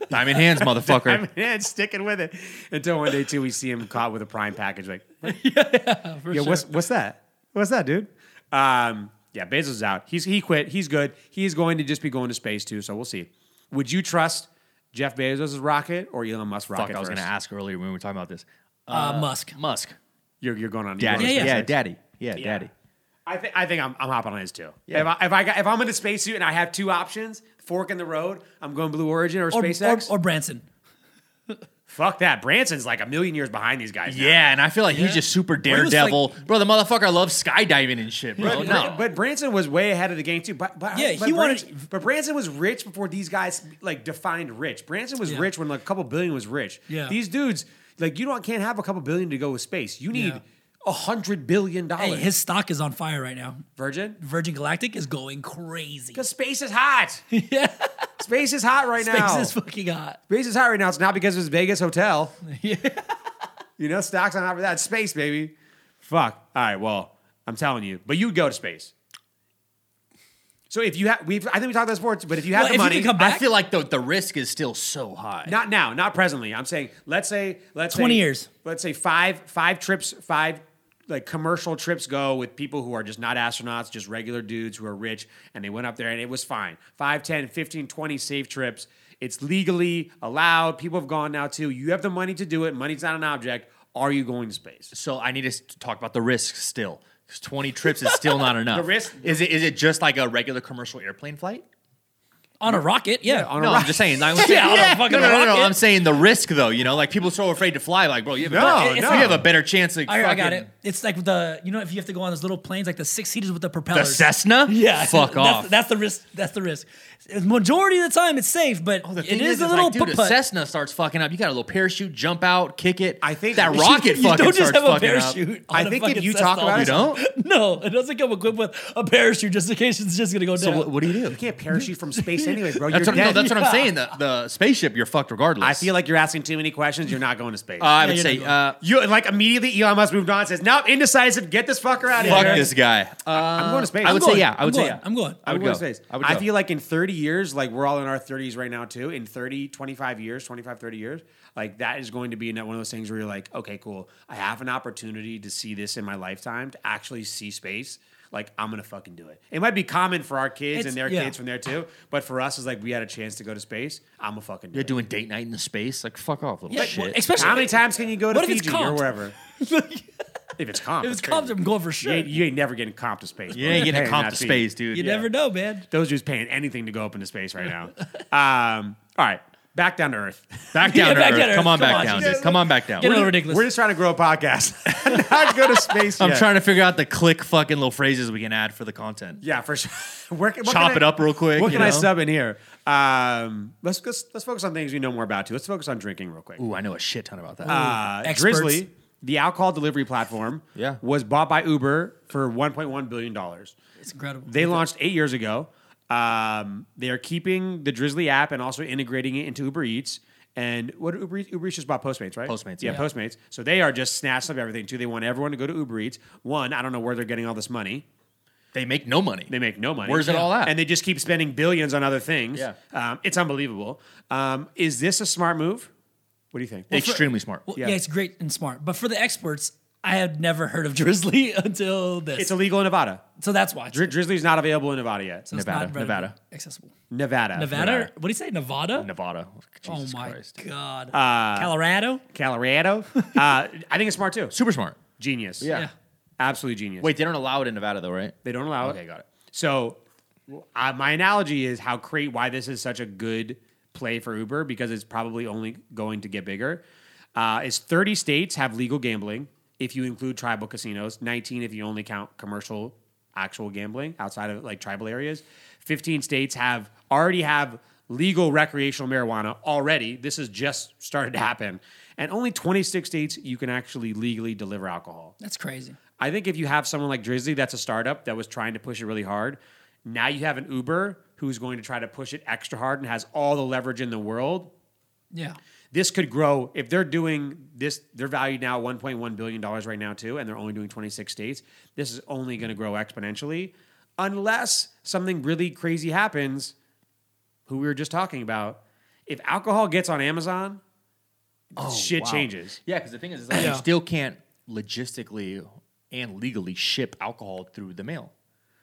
C: Diamond hands,
A: I
C: motherfucker.
A: mean, yeah, it's sticking with it until one day too we see him caught with a prime package. Like, yeah, what's what's that? What's that, dude? Um, yeah, Bezos is out. He's he quit. He's good. He's going to just be going to space too. So we'll see. Would you trust Jeff Bezos' rocket or Elon Musk's rocket?
C: Fuck, I was
A: first?
C: going to ask earlier when we were talking about this.
B: Uh, Musk.
C: Musk.
A: You're, you're going on. you're
C: Daddy.
A: going
B: Yeah,
A: to
B: yeah.
A: SpaceX.
C: daddy. Yeah, daddy.
A: I think I think I'm, I'm hopping on his too.
C: Yeah.
A: If I if I got, if I'm in a spacesuit and I have two options, fork in the road, I'm going Blue Origin or,
B: Or, or,
A: SpaceX.
B: or Branson.
A: Fuck that. Branson's like a million years behind these guys. now.
C: Yeah, and I feel like he's just super
B: Brain's
C: daredevil. bro, the motherfucker loves skydiving and shit, bro.
A: But,
C: no.
A: but Branson was way ahead of the game too. But, but
B: Oh, Yeah,
A: but
B: he
A: Branson,
B: wanted-
A: But Branson was rich before these guys like defined rich. Branson was
B: Yeah.
A: rich when like a couple billion was rich.
B: Yeah.
A: These dudes like you don't can't have a couple billion to go with space. You need
B: Yeah.
A: a hundred billion
B: Hey,
A: dollars.
B: his stock is on fire right now.
A: Virgin.
B: Virgin Galactic is going crazy.
A: Because space is
B: (laughs)
A: hot. Yeah. Space is hot right now.
B: Space is fucking hot.
A: Space is hot right now. It's not because of his Vegas
B: (laughs)
A: hotel. you know, stocks on top of that. It's Space, baby. Fuck. All right. Well, I'm telling you, but you'd go to space. So if you have, we've, I think we talked about this before, but if you have
B: Well, if
A: the
B: you
A: money,
B: could come
C: I
B: back-
C: feel like the, the risk is still so high.
A: not now, not presently. I'm saying, let's say, let's
B: 20
A: say,
B: years.
A: Let's say five, five trips, five like commercial trips go with people who are just not astronauts, just regular dudes who are rich, and they went up there and it was fine. Five, 10, 15, 20 safe trips. It's legally allowed. People have gone now too. You have the money to do it. Money's not an object. Are you going to space?
C: So I need to s- talk about the risk still. Because 20 trips is still not enough.
A: The risk-
C: is it is it just like a regular commercial airplane flight?
B: On a rocket, yeah.
A: on a
C: No, I'm
A: rocket.
C: just saying. (laughs) I'm
B: Yeah, on a fucking
C: no, no, no, no,
B: rocket.
C: I'm saying the risk though. You know, like people are so afraid to fly. Like, bro, you have,
A: No,
C: a, better,
A: no.
C: you have a better chance. Like,
B: I, I got
C: fucking-
B: it. It's like the you know if you have to go on those little planes like the six seaters with the
C: The
B: propellers.
C: (laughs) Cessna?
B: (laughs) Yeah,
C: Fuck
B: that's,
C: off.
B: That's the risk. That's the risk. Majority of the time, it's safe, but
C: Oh, The
B: it
C: thing
B: is, a little
C: like, dude,
B: put
C: if Cessna starts fucking up. You got a little parachute, jump out, kick it.
A: I think-
C: that
A: You
C: rocket
B: you
C: fucking
B: don't just
C: starts
B: have a
C: fucking
B: parachute.
A: I
B: on a
A: think if
B: fucking
A: you talk
B: Cessna.
A: about
C: up. You
A: it-
C: don't?
B: no, it doesn't come equipped with a parachute just in case it's just gonna go
C: So
B: down.
C: what, what do you do?
A: You can't parachute from space anyways, bro.
C: (laughs) That's
A: you're
C: what, no,
A: dead.
C: that's what I'm saying. The, the spaceship, you're fucked regardless.
A: I feel like you're asking too many questions. You're not going to space.
C: Uh, I would
B: Yeah,
C: say,
B: you're
C: uh,
B: not
A: you like immediately Elon Musk moved on and says, Nope, indecisive, get this fucker out of
C: fuck
A: here.
C: this guy. Uh,
A: I'm going to space.
C: I would
B: I'm
C: say yeah.
B: going.
C: I
B: I'm
C: would say
B: going.
C: yeah.
B: I'm going.
A: I would
C: would
A: go.
C: go.
A: Space.
C: I
A: I,
C: would go.
A: feel like in 30 years, like we're all in our 30s right now too. In 30, 25 years, 25, 30 years, like that is going to be another one of those things where you're like, okay, cool. I have an opportunity to see this in my lifetime to actually see space. Like I'm gonna fucking do it. It might be common for our kids
B: It's-
A: and their
B: yeah.
A: kids from there too, but for us, it's like we had a chance to go to space. I'm a fucking do
C: You're
A: it.
C: doing date night in the space. Like fuck off, little
B: Yeah,
C: shit.
B: Especially
A: How many times can you go to
B: What if it's
A: Fiji or
B: comped? (laughs)
A: wherever? if it's comp,
B: If it's comped, I'm going for sure.
A: You ain't, you ain't never getting comp to space.
C: you
A: bro.
C: ain't getting
A: Paying
C: comp
A: that
C: to
A: fee.
C: space, dude.
B: You
C: Yeah.
B: never know, man.
A: Those dudes paying anything to go up into space right now. um, all right, back down to earth.
C: (laughs) Back
B: Yeah,
C: down to
B: back down to
C: earth. Come
B: earth.
C: on
B: Come
C: back
B: on,
C: down,
B: Jesus.
C: dude. Come on back down.
B: Get a little
A: We're
B: ridiculous.
A: just trying to grow a podcast, (laughs) not go to space.
C: I'm
A: yet.
C: trying to figure out the click fucking little phrases we can add for the content.
A: Yeah, for sure. (laughs) Where can, what can
C: Chop
A: I-
C: it up real quick,
A: What
C: you
A: can I
C: know?
A: sub in here? Um, let's, let's let's focus on things we know more about too. Let's focus on drinking real quick.
C: Ooh, I know a shit ton about that.
A: Uh,
B: Experts.
A: Drizzly, the alcohol delivery platform,
C: Yeah.
A: was bought by Uber for 1.1 billion dollars.
B: It's incredible.
A: They launched eight years ago. Um, they are keeping the Drizzly app and also integrating it into Uber Eats. And what Uber Eats, Uber Eats just bought Postmates, right?
C: Postmates,
A: yeah,
C: yeah.
A: Postmates. So they are just snatching up everything too. They want everyone to go to Uber Eats. One, I don't know where they're getting all this money.
C: they make no money.
A: They make no money.
C: Where's it all at?
A: And they just keep spending billions on other things.
C: Yeah.
A: um, it's unbelievable. Um, is this a smart move? What do you think?
C: Extremely smart.
B: Well,
A: Yeah.
B: yeah. it's great and smart. But for the experts, I had never heard of (laughs) Drizzly until this.
A: it's illegal in Nevada.
B: so that's why.
A: Dri- Drizzly's not available in Nevada yet.
B: So it's
C: Nevada,
B: not readily
C: Nevada.
B: Accessible.
A: Nevada.
B: Nevada? What do you say? Nevada?
C: Nevada.
B: oh
C: Jesus
B: my
C: Christ.
B: God.
A: Uh,
B: Colorado?
C: (laughs)
A: Colorado. uh, I think it's smart too.
C: Super smart.
A: Genius.
C: Yeah.
B: Yeah.
A: Absolutely genius.
C: Wait, they don't allow it in Nevada though, right?
A: They don't allow it.
C: Okay, got it.
A: So, uh, my analogy is how create why this is such a good play for Uber because it's probably only going to get bigger. Uh, is 30 states have legal gambling if you include tribal casinos, 19 if you only count commercial actual gambling outside of like tribal areas. 15 states have already have legal recreational marijuana already. This has just started to happen. And only 26 states you can actually legally deliver alcohol.
B: That's crazy.
A: I think if you have someone like Drizzy, that's a startup that was trying to push it really hard. Now you have an Uber who's going to try to push it extra hard and has all the leverage in the world.
B: Yeah.
A: This could grow if they're doing this. They're valued now 1.1 billion dollars right now too, and they're only doing 26 states. This is only going to grow exponentially, unless something really crazy happens. Who we were just talking about. If alcohol gets on Amazon, shit changes.
C: Yeah, because the thing is, is like,
B: Yeah.
C: you still can't logistically and legally ship alcohol through the mail.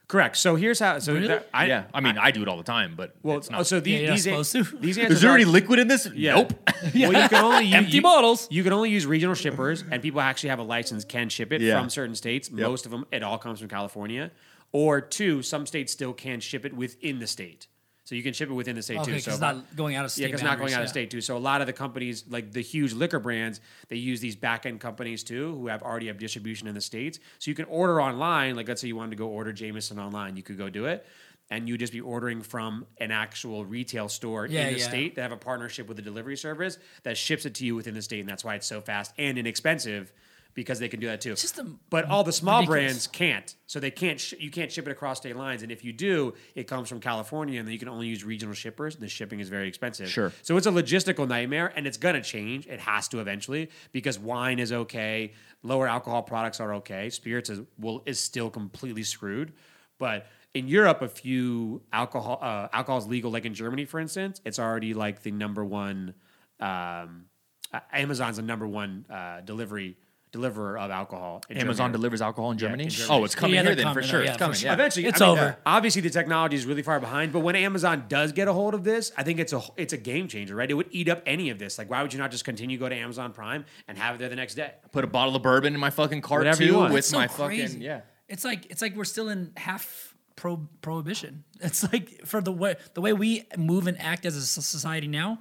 A: Correct. So here's how. So
B: Really?
A: that-
C: yeah, I mean, I, uh, do it all the time, but
A: Well,
C: it's not.
A: oh, so the,
B: Yeah, you're not
A: these a-
B: supposed to.
A: (laughs) these answers
C: is there
A: are-
C: any liquid in this?
A: (laughs) Yeah.
C: Nope. (laughs)
A: Well, you can (laughs) only you,
B: Empty
A: you-
B: bottles.
A: You can only use regional shippers, and people actually have a license can ship it
C: Yeah.
A: from certain states. Most of them, it all comes from California. Or two, some states still can ship it within the state, so you can ship it within the state
B: Okay,
A: too.
B: because
A: So
B: it's not going out of state.
A: yeah, because not going
B: boundaries,
A: out of
B: yeah.
A: state too. So a lot of the companies, like the huge liquor brands, they use these back end companies too, who have already have distribution in the states. So you can order online. Like let's say you wanted to go order Jameson online, you could go do it, and you would just be ordering from an actual retail store
B: Yeah,
A: in the
B: yeah.
A: state that have a partnership with a delivery service that ships it to you within the state, and that's why it's so fast and inexpensive because they can do that too.
B: just a-
A: but all the small
B: ridiculous.
A: brands can't. So they can't. Sh- you can't ship it across state lines, and if you do, it comes from California, and then you can only use regional shippers. And the shipping is very expensive.
C: Sure.
A: So it's a logistical nightmare, and it's gonna change. It has to eventually because wine is okay, lower alcohol products are okay, spirits is will is still completely screwed. But in Europe, a few alcohol uh, alcohol is legal. Like in Germany, for instance, it's already like the number one. Um, uh, Amazon's the number one uh, delivery deliverer of alcohol. in
C: Amazon
A: Germany.
C: delivers alcohol in Germany.
A: in Germany.
C: Oh, it's coming
B: Yeah,
C: here
B: they're
C: then for
B: coming,
C: sure.
B: yeah,
C: it's coming.
B: for sure.
C: Yeah.
A: Eventually,
B: It's
A: I mean, uh,
B: over.
A: Obviously, the technology is really far behind, but when Amazon does get a hold of this, I think it's a it's a game changer, right? It would eat up any of this. Like, why would you not just continue to go to Amazon Prime and have it there the next day?
C: Put a bottle of bourbon in my fucking cart
A: Whatever you
C: too,
A: want. That's
C: with
B: so
C: my
B: crazy.
C: fucking yeah.
B: It's like it's like we're still in half pro prohibition. (laughs) It's like for the way the way we move and act as a so- society now,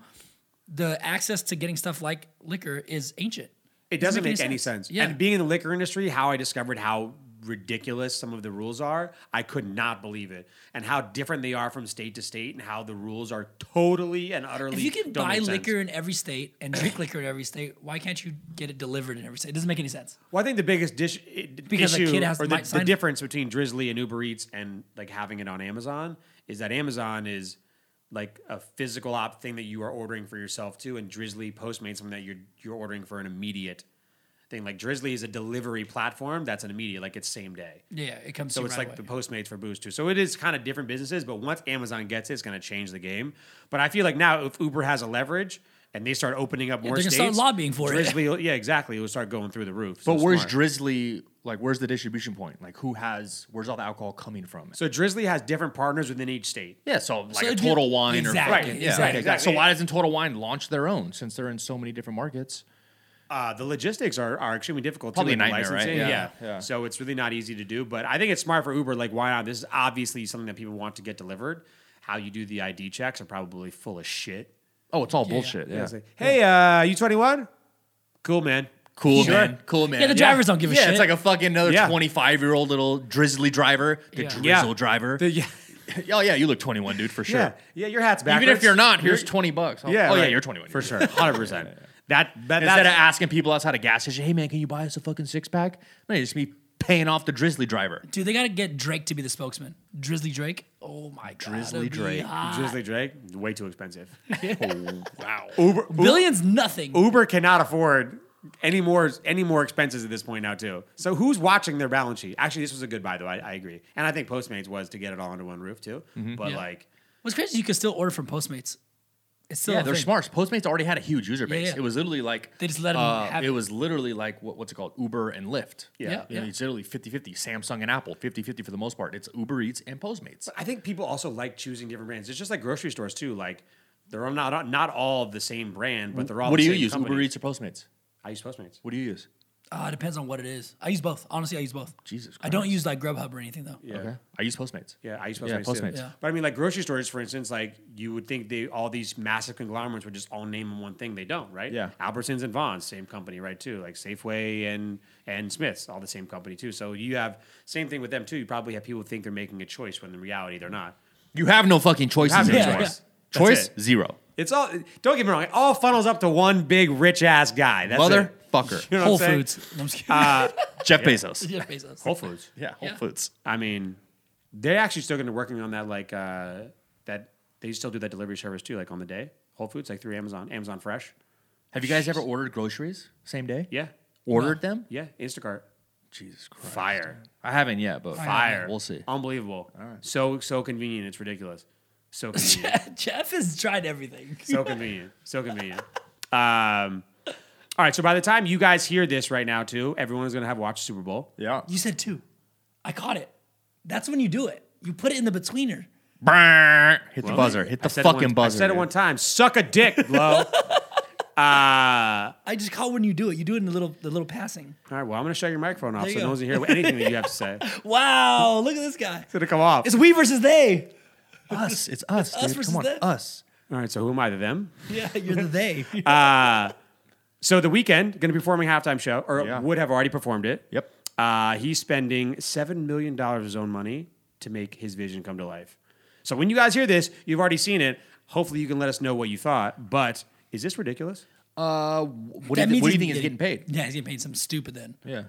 B: the access to getting stuff like liquor is ancient.
A: It doesn't make any sense.
B: Yeah.
A: And being in the liquor industry, how I discovered how ridiculous some of the rules are, I could not believe it. And how different they are from state to state and how the rules are totally and utterly
B: if you can
A: don't
B: buy
A: make sense.
B: liquor in every state and drink liquor in every state, why can't you get it delivered in every state? It doesn't make any sense.
A: Well, I think the biggest dish i-
B: Because a
A: issue
B: kid has
A: or
B: to
A: the,
B: buy-
A: the
B: sign-
A: difference between Drizzly and Uber Eats and like having it on Amazon is that Amazon is like a physical op thing that you are ordering for yourself too, and Drizzly Postmates something that you're you're ordering for an immediate thing. Like Drizzly is a delivery platform that's an immediate, like it's same day.
B: Yeah, it comes.
A: So
B: to you
A: it's
B: right
A: like the
B: away.
A: Postmates for booze too. So it is kind of different businesses, but once Amazon gets it, it's going to change the game. But I feel like now if Uber has a leverage and they start opening up more
B: they're gonna
A: states,
B: start lobbying for it.
A: Drizzly, it. Yeah, exactly. It will start going through the roof. So
C: But where's
A: smart.
C: Drizzly? Like, where's the distribution point? Like, who has? Where's all the alcohol coming from?
A: So Drizzly has different partners within each state.
C: yeah, so like
B: So
C: a
B: it'd be-
C: Total Wine
B: Exactly,
C: or fucking- yeah,
B: exactly.
C: okay,
A: Exactly.
C: So why doesn't Total Wine launch their own since they're in so many different markets?
A: Uh, the logistics are, are extremely difficult.
C: Probably
A: too, with
C: a nightmare, right?
A: licensing.
C: Yeah.
A: Yeah.
C: Yeah.
A: So it's really not easy to do. But I think it's smart for Uber. Like, why not? This is obviously something that people want to get delivered. How you do the ID checks are probably full of shit.
C: Oh, it's all bullshit. Yeah.
A: It's like, hey, uh, you 21? Cool, man.
C: Cool
B: Sure.
C: man, cool man.
B: Yeah, the drivers don't give a
C: yeah,
B: shit.
C: it's like a fucking another
A: Yeah.
C: twenty-five year old little drizzly driver, the
B: Yeah.
C: drizzle
A: Yeah.
C: driver.
A: The- yeah,
C: (laughs) oh yeah, you look twenty-one, dude, for sure.
A: (laughs) yeah, yeah, your hat's backwards.
C: Even if you're not, here's twenty bucks. Oh,
A: yeah,
C: oh yeah,
A: right.
C: you're twenty-one
A: For sure. 100%.
C: (laughs)
A: That, that,
C: Instead
A: that's-
C: of asking people outside a gas station, hey man, can you buy us a fucking six pack? Man, just be paying off the drizzly driver.
B: Dude, they gotta get Drake to be the spokesman. Drizzly Drake. Oh my god.
C: Drizzly
B: that'd be
C: Drake.
B: hot.
A: Drizzly Drake, way too expensive.
C: Wow.
A: Uber,
B: Billions, nothing.
A: Uber cannot afford any more any more expenses at this point now too. So who's watching their balance sheet? Actually, this was a good buy though. I, I agree, and I think Postmates was to get it all under one roof too.
C: Mm-hmm.
A: But
B: Yeah.
A: like,
B: What's crazy? is You can still order from Postmates. It's still
C: Yeah,
B: a
C: they're
B: thing.
C: smart. Postmates already had a huge user base.
B: yeah.
C: It was literally like
B: They just let 'em
C: uh,
B: have
C: it.
B: it.
C: was literally like what, what's it called? Uber and Lyft.
A: Yeah.
B: Yeah,
C: You know,
B: yeah.
C: it's literally 50-50, Samsung and Apple, 50-50 for the most part. It's Uber Eats and Postmates.
A: I think people also like choosing different brands. It's just like grocery stores too. Like they're all not not all of the same brand, but they're all.
C: Mm-hmm. What
A: the
C: do you
A: same
C: use?
A: company.
C: Uber Eats or Postmates?
A: I use Postmates.
C: What do you use?
B: Uh, it depends on what it is. I use both. Honestly, I use both.
C: Jesus
B: I don't
C: Christ.
B: use like Grubhub or anything though.
A: Yeah.
C: Okay. I use Postmates.
A: Yeah, I use Postmates.
C: Yeah, Postmates.
A: Too.
B: Yeah.
A: But I mean, like grocery stores, for instance, like you would think they all these massive conglomerates would just all name one thing. They don't, right?
C: Yeah.
A: Albertsons and Vaughn's, same company, right? Too like Safeway and and Smiths, all the same company too. So you have same thing with them too. You probably have people think they're making a choice when in reality they're not.
C: You have no fucking choices
A: have no
C: anymore.
A: choice.
C: (laughs) Choice
A: it.
C: zero.
A: It's all. Don't get me wrong. It all funnels up to one big rich ass guy. That's it. (laughs)
C: Motherfucker.
A: You know
B: Whole
A: what I'm saying?
B: Foods. No, I'm just kidding.
C: Jeff Bezos.
B: (laughs) Jeff Bezos. (laughs)
A: Whole Foods.
C: Yeah, Uh, Whole
B: Yeah.
C: Foods.
A: I mean, they're actually still going to be working on that. Like uh, that, they still do that delivery service too. Like on the day, Whole Foods, like through Amazon, Amazon Fresh.
C: Have you guys ever ordered groceries same day?
A: Yeah,
C: Ordered them?
A: yeah. Instacart.
C: Jesus Christ.
A: Fire,
C: I haven't yet, but
A: fire.
C: We'll see.
A: Unbelievable. So so convenient. It's ridiculous.
C: (laughs)
A: So convenient.
B: Jeff, Jeff has tried everything.
A: so convenient. So convenient. Um, all right. So by the time you guys hear this right now, too, everyone is going to have watched Super Bowl.
C: Yeah.
B: You said two. I caught it. That's when you do it. You put it in the betweener.
C: Brrr. Hit the
A: Well,
C: buzzer. Hit
A: I
C: the
A: said it one-
C: fucking buzzer.
A: I said it
C: dude.
A: one time. Suck a dick,
C: (laughs)
A: Lo. uh,
B: I just caught when you do it. You do it in the little the little passing.
A: All right, well, I'm going to shut your microphone off
B: There you
A: so
B: go.
A: no one's going to hear anything that you
C: (laughs)
A: have to say. It's
B: Wow, look at this guy.
A: going to come off.
B: It's we versus they.
C: Us. It's us.
B: us
C: dude.
B: versus
C: Come on.
B: them.
C: Us.
A: All right, so who am I, the them?
B: Yeah, (laughs) you're the they.
A: So the weekend, going to be performing a halftime show, or
C: Yeah.
A: would have already performed it.
C: Yep.
A: Uh, he's spending $7 million of his own money to make his vision come to life. So when you guys hear this, you've already seen it. Hopefully you can let us know what you thought, but is this ridiculous?
C: Uh, wh- what, do you, thi- what do you think is getting paid?
B: Yeah, he's getting paid something stupid then.
C: Yeah.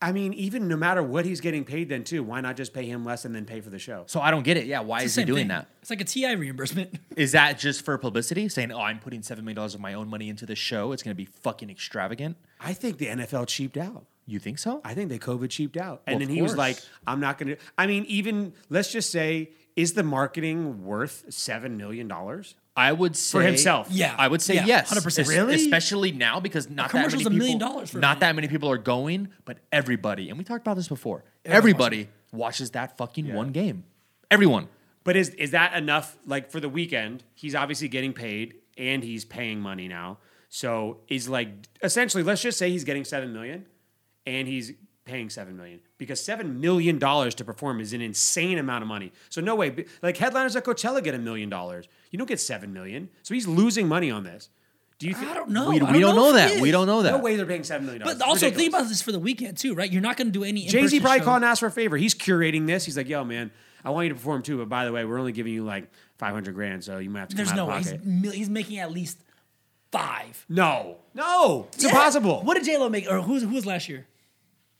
A: I mean, even no matter what he's getting paid then too, why not just pay him less and then pay for the show?
C: So I don't get it. Yeah. Why
B: It's
C: is
B: the
C: he
B: same
C: doing
B: thing.
C: that?
B: It's like a TI reimbursement. (laughs)
C: Is that just for publicity? Saying, oh, I'm putting $7 million of my own money into the show. It's going to be fucking extravagant.
A: I think the NFL cheaped out.
C: You think so?
A: I think they COVID cheaped out. And
C: Well,
A: then
C: of
A: he was like,
C: course.
A: I'm not going to. I mean, even let's just say, is the marketing worth $7 million?
C: I would say
A: himself.
B: Yeah.
C: I would say
B: Yeah,
C: yes,
B: 100%.
C: Es-
A: Really?
C: especially now because not that
B: commercial's
C: many
B: a
C: people,
B: million dollars for a
C: not
B: minute.
C: that many people are going, but everybody, and we talked about this before.
B: Everyone's
C: Everybody watches that fucking one game. Everyone.
A: But is, is that enough? Like for the weekend, he's obviously getting paid and he's paying money now. So is like, essentially, let's just say he's getting $7 million and he's paying $7 million because $7 million to perform is an insane amount of money. So no way. b- Like headliners at Coachella get a million dollars. You don't get $7 million. So he's losing money on this. Do you think?
B: I don't know.
C: we
B: I
C: we don't, know
B: if
C: that.
B: he
C: We
B: is.
C: don't know that.
A: No way they're paying $7 million.
B: But also
A: Ridiculous.
B: think about this for the weekend too, right? You're not going to do any.
A: Jay Z
B: in-person
A: probably
B: show.
A: called and asked for a favor. He's curating this. He's like, yo, man, I want you to perform too, but by the way, we're only giving you like 500 grand, so you might have to come
B: There's
A: out
B: no
A: of
B: way.
A: pocket.
B: He's, mil- he's making at least five.
A: No, no, it's
B: Yeah.
A: impossible.
B: What did J Lo make? Or who was, who was last year?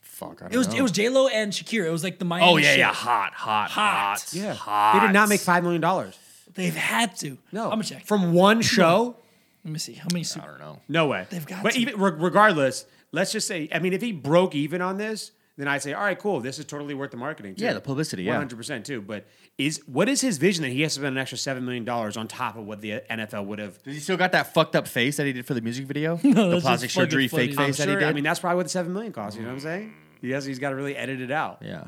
C: Fuck. I don't
B: It was
C: know.
B: it was J Lo and Shakira. It was like the Miami.
C: oh yeah,
B: shit.
C: yeah. Hot,
B: Hot.
C: hot, hot.
A: Yeah,
C: Hot.
A: they did not make five million dollars.
B: They've had to.
A: No,
B: I'm gonna check.
A: from one show.
B: Let me see how many. Super-
C: I don't know.
A: No way.
B: They've got
A: But
B: to.
A: even re- regardless, let's just say, I mean, if he broke even on this, then I'd say, all right, cool. This is totally worth the marketing. Too.
C: Yeah, the publicity, yeah.
A: 100% too. But is what is his vision that he has to spend an extra $7 million on top of what the NFL would have
C: Does he still got that fucked up face that he did for the
B: (laughs)
C: music video?
B: that's
C: the
B: just
C: plastic
B: fucking
C: surgery
B: funny.
C: fake
B: I'm
C: face that
A: sure-
C: he did.
A: I mean, that's probably what the seven million costs. You know what I'm saying? He has, he's got to really edit it out.
C: yeah.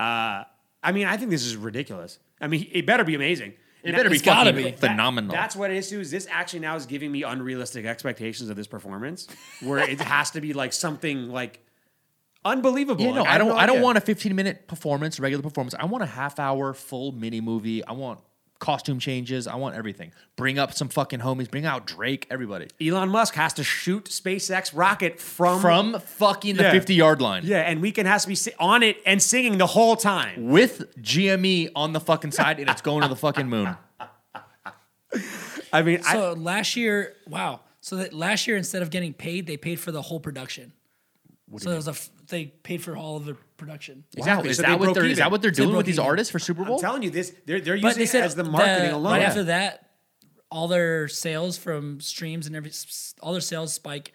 A: Uh, I mean, I think this is ridiculous. I mean, it better be amazing.
C: It better be
B: it's gotta
C: fucking
B: be.
A: That-
C: phenomenal.
A: that's what it is. Too, is this actually now is giving me unrealistic expectations of this performance, where it has to be like something like unbelievable.
C: Yeah, no,
A: Like,
C: I don't.
A: have no
C: I don't
A: idea.
C: want a 15 minute performance, regular performance. I want a half hour full mini movie. I want costume changes. I want everything. Bring up some fucking homies. Bring out Drake. Everybody
A: Elon Musk has to shoot SpaceX rocket from
C: from fucking the
A: Yeah.
C: 50 yard line
A: yeah, and Weekend has to be si- on it and singing the whole time.
C: with GME on the fucking side, and it's going to the
A: (laughs)
C: fucking moon.
A: I mean, I,
B: so last year, wow. So that last year, instead of getting paid, they paid for the whole production. so there was a f- they paid for all of the production.
A: Exactly.
C: Wow, is,
A: So they
C: that
A: broke
C: what they're, is
A: even.
C: that what they're
B: So they
C: doing
B: broke
C: with these
B: even.
C: artists for Super
A: I'm
C: Bowl?
A: telling you this. They're they're using
B: But they
A: it
B: said
A: as the marketing
B: that
A: alone.
B: Right after that, all their sales from streams and every all their sales spike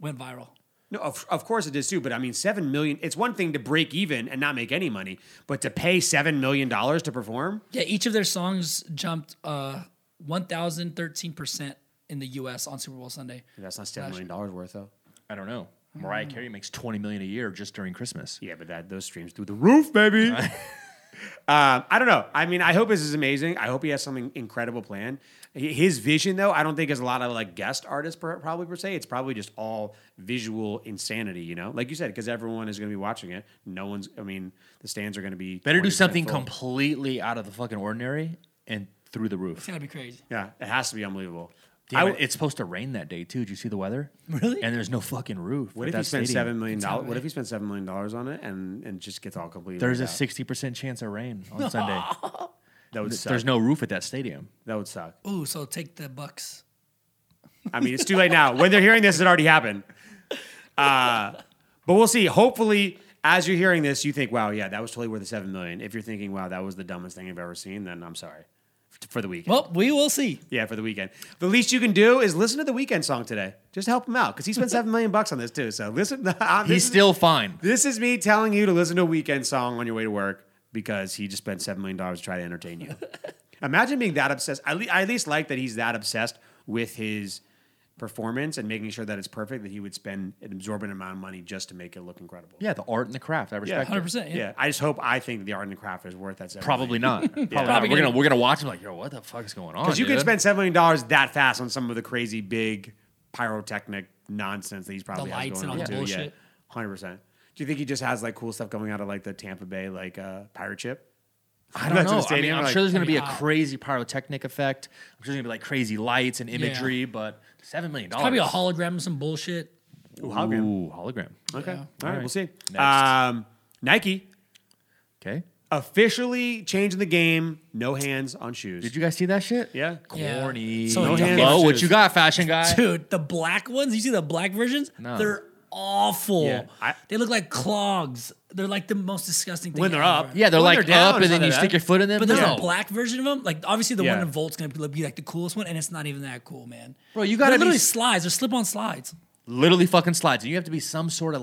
B: went viral.
A: No, of, of course it is too. But I mean, seven million. It's one thing to break even and not make any money, but to pay seven million dollars to perform.
B: Yeah, each of their songs jumped uh, 1,013% in the US on Super Bowl Sunday.
A: That's not seven million dollars worth, though.
C: I don't know. Mariah Carey makes 20 million a year just during Christmas.
A: Mm. Yeah, but that those streams through the roof, (laughs) baby. um, I don't know. I mean, I hope this is amazing. I hope he has something incredible planned. H- His vision, though, I don't think is a lot of like guest artists per, probably per se. It's probably just all visual insanity, you know, like you said, because everyone is going to be watching it. No one's. I mean, the stands are going to be
C: Better do
A: 20%
C: something
A: full.
C: completely out of the fucking ordinary and through the roof.
B: It's gotta be crazy.
A: Yeah, it has to be unbelievable.
C: Damn
A: I-
C: it, it's supposed to rain that day too. Did you see the weather?
B: Really?
C: And there's no fucking roof.
A: What
C: at
A: if he
C: that
A: spent
C: stadium.
A: seven million dollars?
B: right.
A: What if he spent seven million dollars on it and and just gets all completely?
C: There's
A: laid
C: a
A: out? (laughs)
C: sixty percent chance of rain on Sunday.
A: That would
C: Th-
A: suck.
C: There's no roof at that stadium.
A: that would suck.
B: Ooh, so take the Bucks.
A: I mean, it's too late
C: (laughs)
A: now. When they're hearing this, it already happened. Uh, but we'll see. Hopefully, as you're hearing this, you think, "Wow, yeah, that was totally worth the seven million. If you're thinking, "Wow, that was the dumbest thing I've ever seen," then I'm sorry F- for the weekend.
B: Well, we will see.
A: yeah, for the weekend. The least you can do is listen to the weekend song today. Just help him out because he spent seven million bucks on this too. So listen, (laughs) I'm- this
C: He's
A: is-
C: still fine.
A: This is me telling you to listen to a weekend song on your way to work because he just spent $7 million to try to entertain you. Imagine being that obsessed. I, le- I at least like that he's that obsessed with his performance and making sure that it's perfect that he would spend an absorbent amount of money just to make it look incredible.
C: Yeah, the art and the craft. I respect. it.
B: 100%. Yeah.
A: Yeah. I just hope I think the art and the craft is worth that. $7 (laughs)
C: Probably not. Probably not.
B: Probably
C: We're
B: gonna-
C: gonna we're gonna watch him like, yo, what the fuck is going on?
A: Because you
C: dude?
A: can spend $7 million that fast on some of the crazy big pyrotechnic nonsense that he's probably has
B: lights
A: going
B: and all
A: on
B: the
A: too. Yeah.
B: bullshit.
A: 100%. Do you think he just has like cool stuff coming out of like the Tampa Bay like uh, pirate ship?
C: I don't
A: That's what the
C: know. I mean,
A: stadium,
C: I'm
A: like- "Ah."
C: sure there's going to be a
B: I mean, I-
C: crazy pyrotechnic effect. I'm sure there's going to be like crazy lights and imagery, but seven million
A: Oh,
C: dollars.
B: Probably a hologram and some bullshit.
A: Ooh, hologram.
C: Ooh, hologram.
A: Okay.
B: Yeah.
A: All right, We'll see.
C: Next.
A: Um, Nike
C: Okay.
A: officially changing the game. No hands on shoes.
C: Did you guys see that shit?
A: Yeah.
B: Yeah.
C: Corny.
B: So
A: No
B: dumb.
A: hands.
C: Hello,
A: on
C: what
A: shoes.
C: you got, fashion guy?
B: Dude, the black ones, you see the black versions?
C: No.
B: They're awful.
A: Yeah, I-
B: they look like clogs. They're like the most disgusting thing.
A: When they're
B: ever.
A: up.
C: Yeah, they're
A: When
C: like
A: they're down,
C: up,
A: it's
C: and then
A: not
C: you
A: that
C: stick
A: bad.
C: your foot in them.
B: But there's
C: no.
B: a black version of them. Like obviously the
A: Yeah.
B: one in Volt's gonna be, be, like the coolest one, and it's not even that cool, man.
C: Bro, you gotta
B: They're
C: be
B: literally
C: s-
B: slides. They're slip-on slides.
C: Literally fucking slides, and you have to be some sort of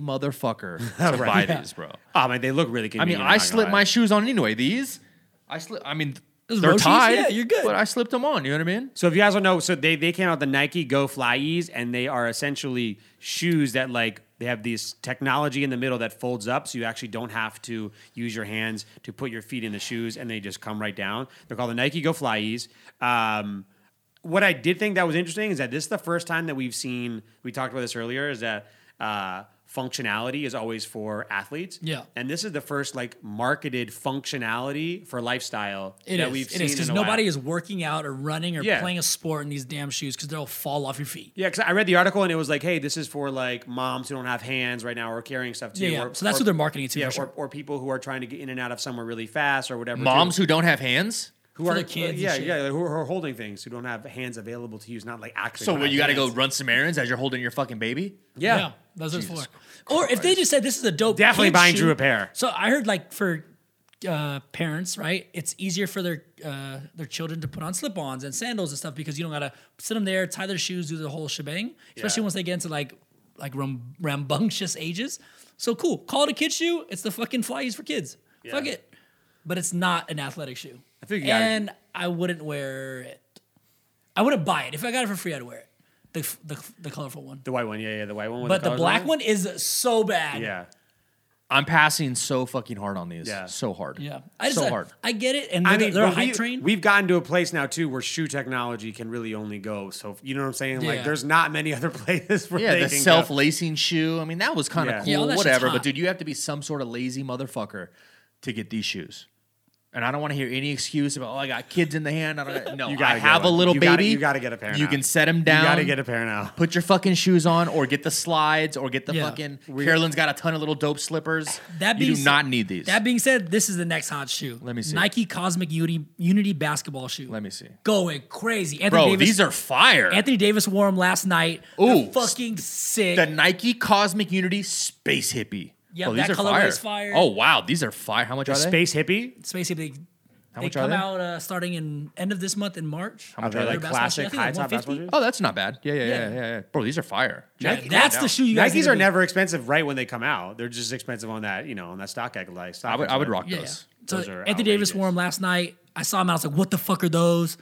A: (laughs)
C: motherfucker to
A: Right.
C: buy these, bro.
A: Oh man, they look really
C: I
A: convenient.
C: mean,
A: I'm
C: I
A: not gonna
C: slip
A: lie.
C: my shoes on anyway. These, I slip. I mean,
B: Those
C: they're
B: Roshis?
C: tied.
B: Yeah, you're good.
C: But I slipped them on. You know what I mean?
A: So if you guys don't know, so they they came out the Nike Go Fly Ease, and they are essentially shoes that like they have this technology in the middle that folds up, so you actually don't have to use your hands to put your feet in the shoes, and they just come right down. They're called the Nike Go Fly Ease. Um, what I did think that was interesting is that this is the first time that we've seen. We talked about this earlier. Is that uh, functionality is always for athletes.
B: Yeah.
A: and this is the first like marketed functionality for lifestyle
B: It
A: that
B: is.
A: we've
B: It
A: seen.
B: is because
A: in a while.
B: nobody is working out or running or
A: Yeah.
B: playing a sport in these damn shoes because they'll fall off your feet.
A: Yeah, because I read the article and it was like, hey, this is for like moms who don't have hands right now or carrying stuff too.
B: Yeah, yeah.
A: Or,
B: so that's
A: or,
B: what they're marketing it to.
A: Yeah,
B: for sure.
A: or, or people who are trying to get in and out of somewhere really fast or whatever. too.
C: Moms who don't have hands.
A: who
B: For
A: are
B: their kids and
A: Yeah,
B: shit.
A: yeah, who are holding things who don't have hands available to use, not like actually.
C: So
A: don't
C: when
A: have
C: you got to go
A: hands.
C: run some errands as you're holding your fucking baby.
A: Yeah.
B: those are four. Or if they just said this is a dope,
A: Definitely
B: kid
A: buying
B: shoe-
A: Drew a pair.
B: So I heard like for uh, parents, right? It's easier for their uh, their children to put on slip-ons and sandals and stuff because you don't gotta sit them there, tie their shoes, do the whole shebang.
A: Yeah.
B: Especially once they get into like like ram- rambunctious ages. So cool. Call it a kid shoe. It's the fucking flyies for kids. Fuck it. But it's not an athletic shoe. I
A: think you gotta-
B: and I wouldn't wear it. I wouldn't buy it. If I got it for free, I'd wear it. The, f- the, f- the colorful one.
A: The white one, yeah, yeah, the white one. With
B: But the
A: colors
B: black
A: on it.
B: one is so bad.
A: Yeah.
C: I'm passing so fucking hard on these.
A: Yeah.
C: So hard.
B: Yeah. I just,
C: so
B: I,
C: hard.
B: I get it. And they're,
A: I mean,
B: they're a
A: but
B: hype
A: we,
B: train.
A: We've gotten to a place now too where shoe technology can really only go. So you know what I'm saying?
B: Yeah.
A: Like, there's not many other (laughs) places where
C: Yeah,
A: they
C: the
A: can go.
C: self lacing shoe. I mean, that was kind
A: Yeah.
C: of
B: Yeah, all
C: cool,
B: that shit's
C: whatever. But
B: hot.
C: dude, you have to be some sort of lazy motherfucker to get these shoes. And I don't want to hear any excuse about, oh, I got kids in the hand. I don't got-" No,
A: You gotta
C: I
A: get
C: have a
A: one.
C: little
A: You
C: baby.
A: gotta- you gotta get a pair
C: You
A: now.
C: can set him
A: You
C: down.
A: got to get a pair now.
C: Put your fucking shoes on or get the slides or get the
B: Yeah.
C: fucking. Carolyn's got a ton of little dope slippers.
B: That
C: you
B: being
C: do
B: s-
C: not need these.
B: that being said, this is the next hot shoe. Let
C: me see.
B: Nike Cosmic Unity, Unity basketball shoe.
C: Let me see.
B: Going crazy. Anthony
C: Bro,
B: Davis,
C: these are fire.
B: Anthony Davis wore them last night.
C: Ooh.
B: They're fucking sick.
C: the Nike Cosmic Unity Space Hippie.
B: Yeah,
C: Bro,
B: that
C: these are
B: colorway
C: fire.
B: is fire.
C: Oh wow, these are fire. How much are they?
A: Space hippie.
B: it's basically they, they
C: much are
B: come
C: they?
B: out uh, starting in end of this month in March.
A: Are they
C: Are they
A: like
B: Their basketball shoe, I
A: classic
B: think they're
A: high top
B: 150.
A: basketball shoes?
C: Oh, that's not bad. Yeah, yeah, yeah,
B: Yeah.
C: yeah, yeah. Bro, these are fire.
B: Yeah,
A: Nike-
B: that's the shoe you guys need
A: Nikes
B: to
A: are
B: be-
A: never expensive right when they come out. They're just expensive on that, you know, on that stock egg like stock
C: I would, I would rock
B: Yeah. yeah.
C: those.
B: So
A: Those are
B: Anthony Davis
A: outrageous.
B: wore them last night. I saw him. I was like, "What the fuck are those?"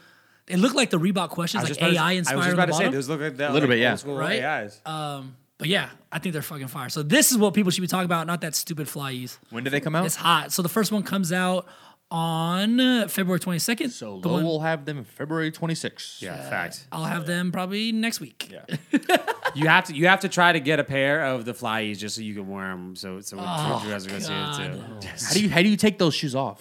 B: It looked like the Reebok questions, like
A: about to-
B: AI
A: I was just
B: inspired.
A: about to
B: on the
A: say
B: bottom.
A: those look like that
C: Little bit, yeah.
A: old school
B: Right? Uh,
A: AIs.
B: But yeah, I think they're fucking fire. So this is what people should be talking about, not that stupid flyies.
C: When do they come out?
B: It's hot. So the first one comes out on uh, February 22nd.
C: so
B: The
C: Lowe
B: one-
C: will have them February 26th.
A: yeah, fact.
B: I'll have them probably next week.
A: You have to you have to try to get a pair of the flyies just so you can wear them. So so when
B: Oh,
A: you guys are gonna see it (laughs) too.
C: How do you how do you take those shoes off?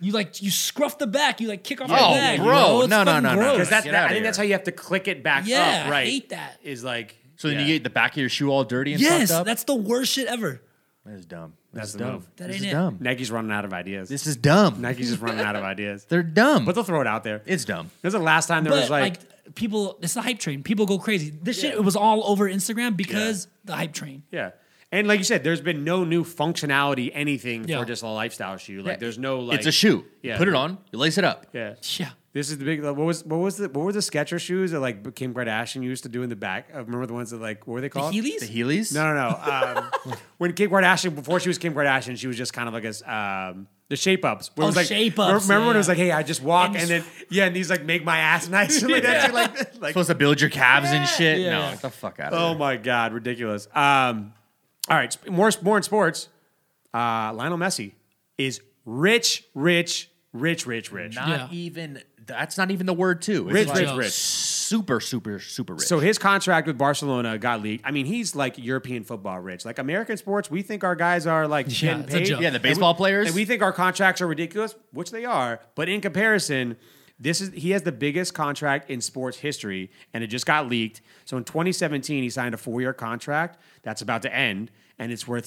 B: You like you scruff the back. You like kick off
C: Oh,
B: the back.
C: bro.
B: It's
C: No, no,
B: fucking
C: no, no.
B: gross.
A: Because that,
C: Get
A: that-
C: outta
A: I think
C: here.
A: that's how you have to click it back
B: Yeah,
A: up.
B: I
A: Right?
B: hate that.
A: Is like
C: So then
A: yeah.
C: you get the back of your shoe all dirty and
B: yes,
C: fucked up.
B: that's the worst shit ever.
C: That is dumb.
A: That's
C: This
A: the
C: is dumb.
A: move.
B: That
C: this
B: ain't
C: is
B: it.
C: dumb.
A: Nike's running out of ideas.
C: This is dumb.
A: Nike's just running
C: (laughs)
A: out of ideas.
C: They're dumb.
A: But they'll throw it out there.
C: it's dumb.
A: This is the last time there
B: But
A: was
B: like, people, it's the hype train. People go crazy. This shit it was all over Instagram because the hype train.
A: Yeah. And like you said, there's been no new functionality, anything
B: Yeah.
A: for just a lifestyle shoe. Like
C: Yeah.
A: there's no like
C: it's a shoe.
A: yeah.
C: You put it on. You lace it up.
A: Yeah.
B: Yeah.
A: This is the big. What was what was the what were the Sketcher shoes that like Kim Kardashian used to do in the back? Uh, Remember the ones that like what were they
B: The
A: called?
B: Heelys?
C: The Heelys.
A: No, no, no. Um, (laughs) when Kim Kardashian, before she was Kim Kardashian, she was just kind of like a um, the shape ups. Where it
B: Oh,
A: was like,
B: shape-ups,
A: Remember when it
B: yeah.
A: was like, hey, I just walk
B: And
A: and,
B: just-
A: then yeah, and these like make my ass (laughs) nice. like, that's it, like, like
C: supposed to build your calves and shit.
B: Yeah.
C: no,
B: Yeah.
C: get the fuck out of
A: oh
C: here.
A: my god, ridiculous. Um, all right, sp- more more in sports. Uh, Lionel Messi is rich, rich, rich, rich, rich.
C: Not
B: Yeah.
C: even. That's not even the word too. It's
A: Rich,
C: like
B: rich,
A: rich.
C: Super, super, super rich.
A: So his contract with Barcelona got leaked. I mean, he's like European football rich. Like American sports, we think our guys are like
B: Yeah,
A: getting
B: it's a
A: paid.
B: joke.
C: yeah, the baseball players.
A: And we think our contracts are ridiculous, which they are. But in comparison, this is he has the biggest contract in sports history, and it just got leaked. So in 2017, he signed a four-year contract that's about to end, and it's worth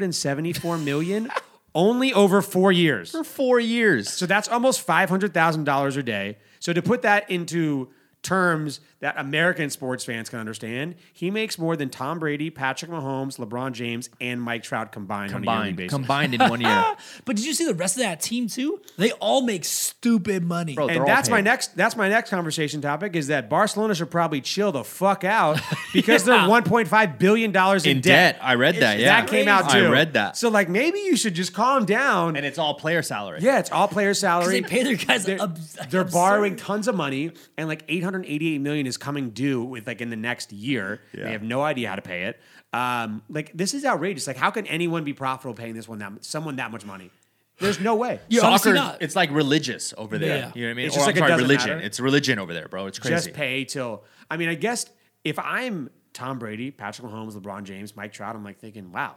A: 674
C: (laughs)
A: million, only over four years.
C: for four years.
A: So that's almost five hundred thousand dollars a day. So to put that into terms that American sports fans can understand, he makes more than Tom Brady, Patrick Mahomes, LeBron James, and Mike Trout combined, on a yearly
C: combined,
A: basis.
C: combined in one year.
B: But did you see the rest of that team too? They all make stupid money.
C: Bro, they're
A: and
C: all
A: that's my
C: paid.
A: next that's my next conversation topic is that Barcelona should probably chill the fuck
C: (laughs)
A: out because they're 1.5 billion dollars (laughs) in,
C: in debt. I read that. Yeah,
A: That came out too.
C: I read that.
A: So like maybe you should just calm down.
C: and it's all player salary.
A: yeah, it's all player salary.
B: they pay their guys
A: They're,
B: abs-
A: they're
B: absurd.
A: borrowing tons of money, and like 888 million is coming due with like in the next year. They have no idea how to pay it. Um, like this is outrageous. Like how can anyone be profitable paying this one that someone that much money? There's no
C: (sighs)
A: way.
B: You're obviously
C: Soccer,
B: not.
C: it's like religious over there.
B: Yeah.
C: You know what I mean?
A: It's
C: or
A: just
C: I'm
A: like it
C: sorry,
A: doesn't
C: religion.
A: matter.
C: It's religion over there, bro. It's crazy.
A: just pay till. I mean, I guess if I'm Tom Brady, Patrick Mahomes, LeBron James, Mike Trout, I'm like thinking, wow,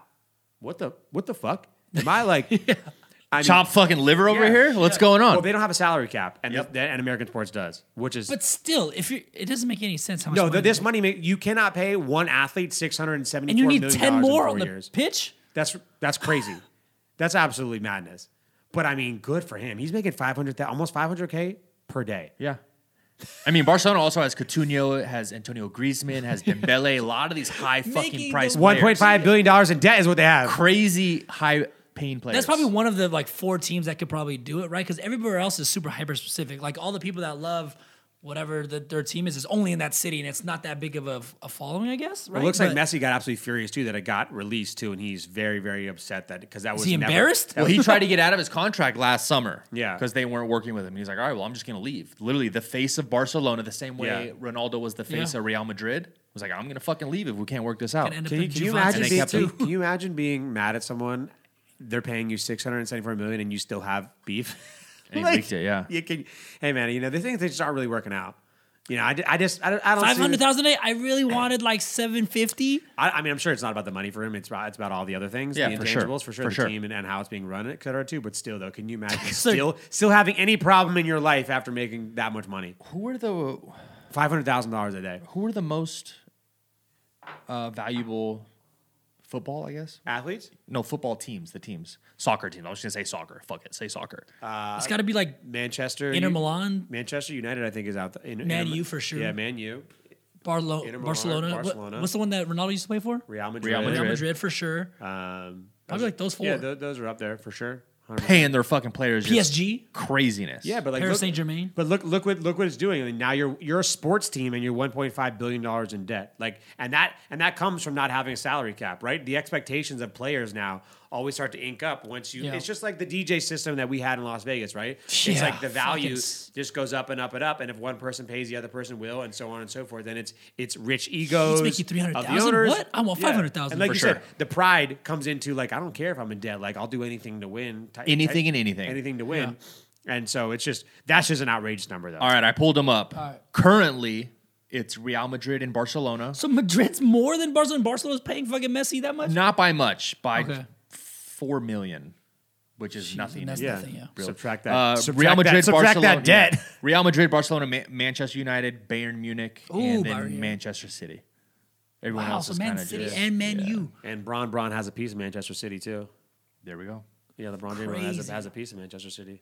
A: what the what the fuck? Am I
B: (laughs)
A: like? I mean,
C: Chop fucking liver over
A: yeah.
C: here. What's going on?
A: Well, they don't have a salary cap, and
C: Yep.
A: the, and American sports does, which is
B: But still, if you it doesn't make any sense how much
A: no.
B: money
A: th this
B: they-
A: money ma- you cannot pay one athlete six hundred and seventy.
B: and you need
A: dollars
B: ten more
A: in
B: on
A: four
B: the
A: years.
B: pitch.
A: That's that's crazy. (laughs) that's absolutely madness. But I mean, good for him. He's making five hundred, almost five hundred k per day.
C: yeah. I mean, Barcelona also has Coutinho, it has Antonio
A: (laughs)
C: Griezmann, has Dembele. a lot of these high
B: Making
C: fucking price
B: the-
A: One
C: players.
A: point five billion dollars in debt is what they have.
C: crazy high paying players.
B: That's probably one of the like four teams that could probably do it, right? Because everywhere else is super hyper specific. Like all the people that love whatever the, their team is is only in that city, and it's not that big of a, a following, I guess. Right?
A: It looks
B: But-
A: like Messi got absolutely furious too that it got released too, and he's very very upset that because that was
B: he
A: never-
B: embarrassed?
A: that
C: Well,
A: was-
C: he tried to get out of his contract last summer.
A: Yeah.
C: Because they weren't working with him. He's like, all right, well, I'm just going to leave. Literally, the face of Barcelona, the same way
A: Yeah.
C: Ronaldo was the face
B: Yeah.
C: of Real Madrid, was like, I'm going to fucking leave if we can't work this out.
B: end up
A: can you,
B: But
A: can you
B: Juventus
A: imagine
C: did
A: being,
C: that
A: (laughs)
C: too.
A: can you imagine being mad at someone? They're paying you six hundred and seventy four million, and you still have beef. (laughs)
C: And he leaked it, yeah.
A: You can, hey man, you know the things they just aren't really working out. You know, I, I just I don't, I don't see-
B: Five hundred thousand a day. I really wanted like seven fifty.
A: I, I mean, I'm sure it's not about the money for him. It's about, it's about all the other things,
C: Yeah,
A: the
C: for sure.
A: intangibles for sure,
C: For
A: the
C: sure.
A: team and, and how it's being run, et cetera, too. But still, though,
B: (laughs)
A: can you imagine still still having any problem in your life after making that much money,
C: Who are the
A: five hundred thousand dollars a day?
C: who are the most uh, valuable football? I guess
A: Athletes,
C: no football teams. The teams, soccer teams. I was gonna say soccer. Fuck it, say soccer.
B: It's got to be like
A: Manchester,
B: Inter
A: Uh, you-
B: Milan,
A: Manchester United, I think, is out there. In,
B: Man
A: in-
B: U for sure.
A: Yeah, Man U,
B: Barlo-
A: Inter Milan,
B: Barcelona. What-
A: Barcelona.
B: what's the one that Ronaldo used to play for?
A: Real Madrid.
C: Real
B: Real
C: Madrid.
B: Madrid for sure.
A: Um,
B: Probably like those four.
A: Yeah, tho- those are up there for sure. 100%.
C: Paying their fucking players. just
B: PSG?
C: craziness.
A: Yeah, but like
B: Paris
A: look-
B: Saint-Germain.
A: But look, look what look what it's doing. I mean, now you're you're a sports team and you're 1.5 billion dollars in debt. Like, and that and that comes from not having a salary cap, right? The expectations of players now always start to ink up once you.
B: Yeah.
A: It's just like the DJ system that we had in Las Vegas, right? It's
B: Yeah,
A: like the value
B: fucking s-
A: just goes up and up and up, and if one person pays, the other person will, and so on and so forth. Then it's it's rich egos.
B: make you
A: of the
B: 300,000?
A: owners.
B: What? I want
A: Yeah.
B: 500,000
A: And like
C: for
A: you
C: sure.
A: said, the pride comes into like I don't care if I'm in debt. Like I'll do anything to win. Ty-
C: Anything
A: ty-
C: and anything.
A: Anything to win. And so it's just that's just an outrageous number though.
C: All right, I pulled them up.
B: right.
C: Currently, it's Real Madrid and Barcelona.
B: So Madrid's more than Barcelona. Barcelona's paying fucking Messi that much.
C: Not by much, by
B: Okay.
C: four million, which is nothing.
B: that's
A: Yeah.
B: nothing, yeah.
A: Subtract that.
C: Uh,
A: subtract
C: Real Madrid,
A: that, subtract
C: Barcelona,
A: that debt.
B: (laughs)
C: yeah. Real Madrid, Barcelona, Ma- Manchester United, Bayern Munich,
B: Ooh,
C: and then
B: Bayern.
C: Manchester City. Everyone
B: Wow,
C: else
B: so
C: is
B: Man
C: kind of
B: City
C: just
B: and Man
C: yeah.
B: U.
A: And Bron Bron has a piece of Manchester City too.
C: There we go.
A: Yeah, LeBron James has
B: Crazy.
A: a, has a piece of Manchester City.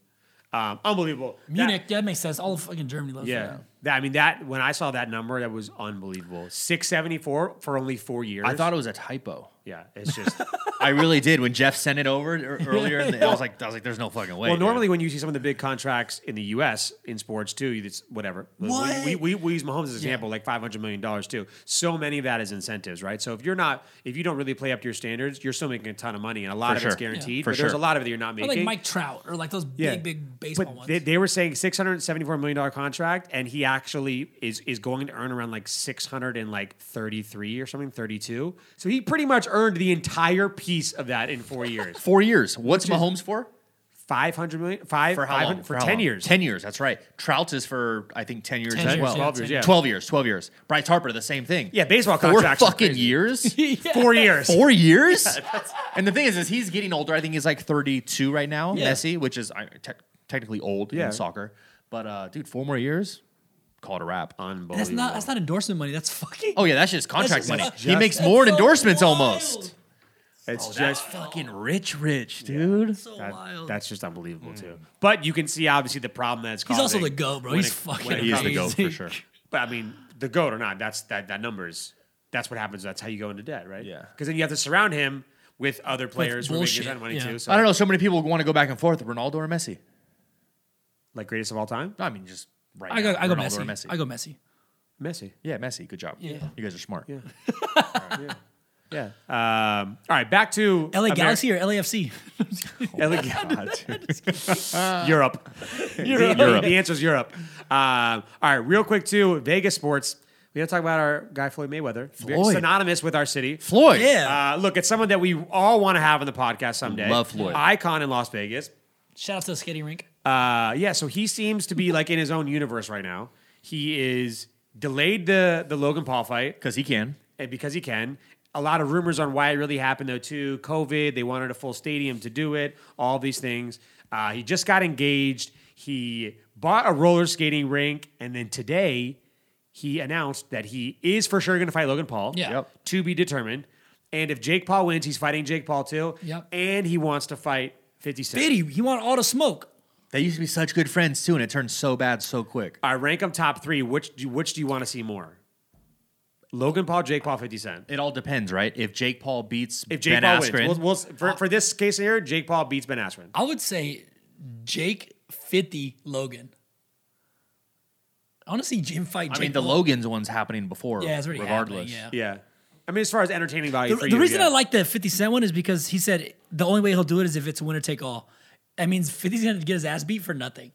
A: Um, unbelievable. That-
B: Munich, that, makes sense. All of fucking Germany loves
A: yeah.
B: that.
A: That- I mean that when I saw that number, that was unbelievable. Six seventy four for only four years.
C: I thought it was a typo.
A: Yeah, it's just
C: I really did. When Jeff sent it over er- earlier, in the, I was like, I was like, there's no fucking way.
A: Well,
C: dude.
A: normally when you see some of the big contracts in the U.S. in sports too, it's whatever. We-
B: What?
A: We, we, we use Mahomes as an example, like five hundred million dollars too. So many of that is incentives, right? So if you're not, if you don't really play up to your standards, you're still making a ton of money, and a lot
C: For
A: of it's
C: sure. Yeah.
A: guaranteed.
C: For
A: but there's
C: sure.
A: a lot of it that you're not
B: Or
A: making.
B: like Mike Trout or like those
A: Yeah.
B: big, big baseball
A: but
B: ones.
A: They, they were saying six hundred seventy four million dollar contract, and he actually is is going to earn around like six hundred and like thirty three or something, thirty two. So he pretty much earned the entire piece of that in four years.
B: (laughs)
C: four years. What's Mahomes for?
A: Five hundred million, five
C: For how
A: 500
C: long?
A: for,
C: how
A: ten
C: long?
A: years.
C: Ten years. That's right. Trout is for I think ten years.
B: 10
C: as
B: years,
C: well.
B: yeah,
A: 12 years,
B: 10
A: yeah.
C: Twelve years. Twelve years. Bryce Harper, the same thing.
A: Yeah, baseball
C: Four
A: contracts are
C: fucking
A: crazy. (laughs)
C: years.
A: Four years. (laughs)
C: Four years. and the thing is, is he's getting older. I think he's like 32 right now.
B: Yeah.
C: Messi, which is I- te- technically old
A: Yeah.
C: in soccer, but uh, dude, four more years. Call it a wrap.
A: Unbelievable.
B: That's not that's not endorsement money. That's fucking.
C: Oh yeah, that's just contract
B: just-
C: money.
B: that's
C: he makes
B: just-
C: more in
B: That's so
C: endorsements
B: wild.
C: almost.
A: It's
B: Oh,
C: That's
A: just
C: fucking rich, rich, dude.
B: so
A: that-
B: wild.
A: that's just unbelievable too. But you can see obviously the problem that's
B: He's
A: causing.
B: also the goat, bro.
A: when
B: He's
A: it-
B: fucking.
A: when it
C: He is the
B: amazing.
C: goat for sure.
A: But I mean, the goat or not, that's that that numbers. That's what happens. That's how you go into debt, right?
C: Yeah.
A: Because then you have to surround him with other players who are making
B: bullshit,
A: that money
B: yeah.
A: too. So
C: I don't know. So many people want to go back and forth: Ronaldo or Messi.
A: Like greatest of all time,
C: No, I mean just right.
B: I go.
C: now,
B: I go
C: Ronaldo
B: Messi.
C: or Messi.
B: I go Messi.
A: Messi.
C: Yeah, Messi. Good job.
B: Yeah.
C: you guys are smart.
A: Yeah. Yeah. Um, all right, back to
B: LA
A: Ameri-
B: Galaxy or LAFC?
A: (laughs) LA (laughs) Europe.
B: Europe.
A: The, the answer is Europe. Um, all right, real quick too, Vegas sports. We got to talk about our guy Floyd Mayweather, Very
C: Floyd.
A: synonymous with our city.
C: Floyd.
B: Yeah.
A: Uh, look, it's someone that we all want to have on the podcast someday.
C: Love Floyd.
A: Icon in Las Vegas.
B: Shout out to the skating rink.
A: Uh, yeah, so he seems to be like in his own universe right now. He is delayed the the Logan Paul fight
C: because he can.
A: and because he can. A lot of rumors on why it really happened, though, too. COVID, they wanted a full stadium to do it, all these things. Uh, he just got engaged. He bought a roller skating rink. And then today, he announced that he is for sure going to fight Logan Paul.
B: Yeah. Yep.
A: To be determined. And if Jake Paul wins, he's fighting Jake Paul, too.
B: Yep.
A: And he wants to fight 50 Cent.
B: Biddy, he want all the smoke.
C: They used to be such good friends too, and it turned so bad so quick.
A: All right, rank them top three. Which do, which do you want to see more? Logan Paul, Jake Paul, 50 Cent.
C: It all depends, right? If Jake Paul beats
A: If Jake
C: Ben
A: Paul
C: Askren,
A: wins, we'll, we'll, for, for this case here, Jake Paul beats Ben Askren.
B: I would say Jake 50 Logan. I want to see Jim fight Jake.
C: I mean the
B: Paul.
C: Logan's one's happening before.
B: Yeah, it's already
C: regardless.
B: regardless. Yeah.
A: Yeah. I mean, as far as entertaining value,
B: The,
A: for
B: the
A: you,
B: reason
A: yeah.
B: I like the 50 Cent one is because he said the only way he'll do it is if it's winner take all. That means 50 Cent to get his ass beat for nothing.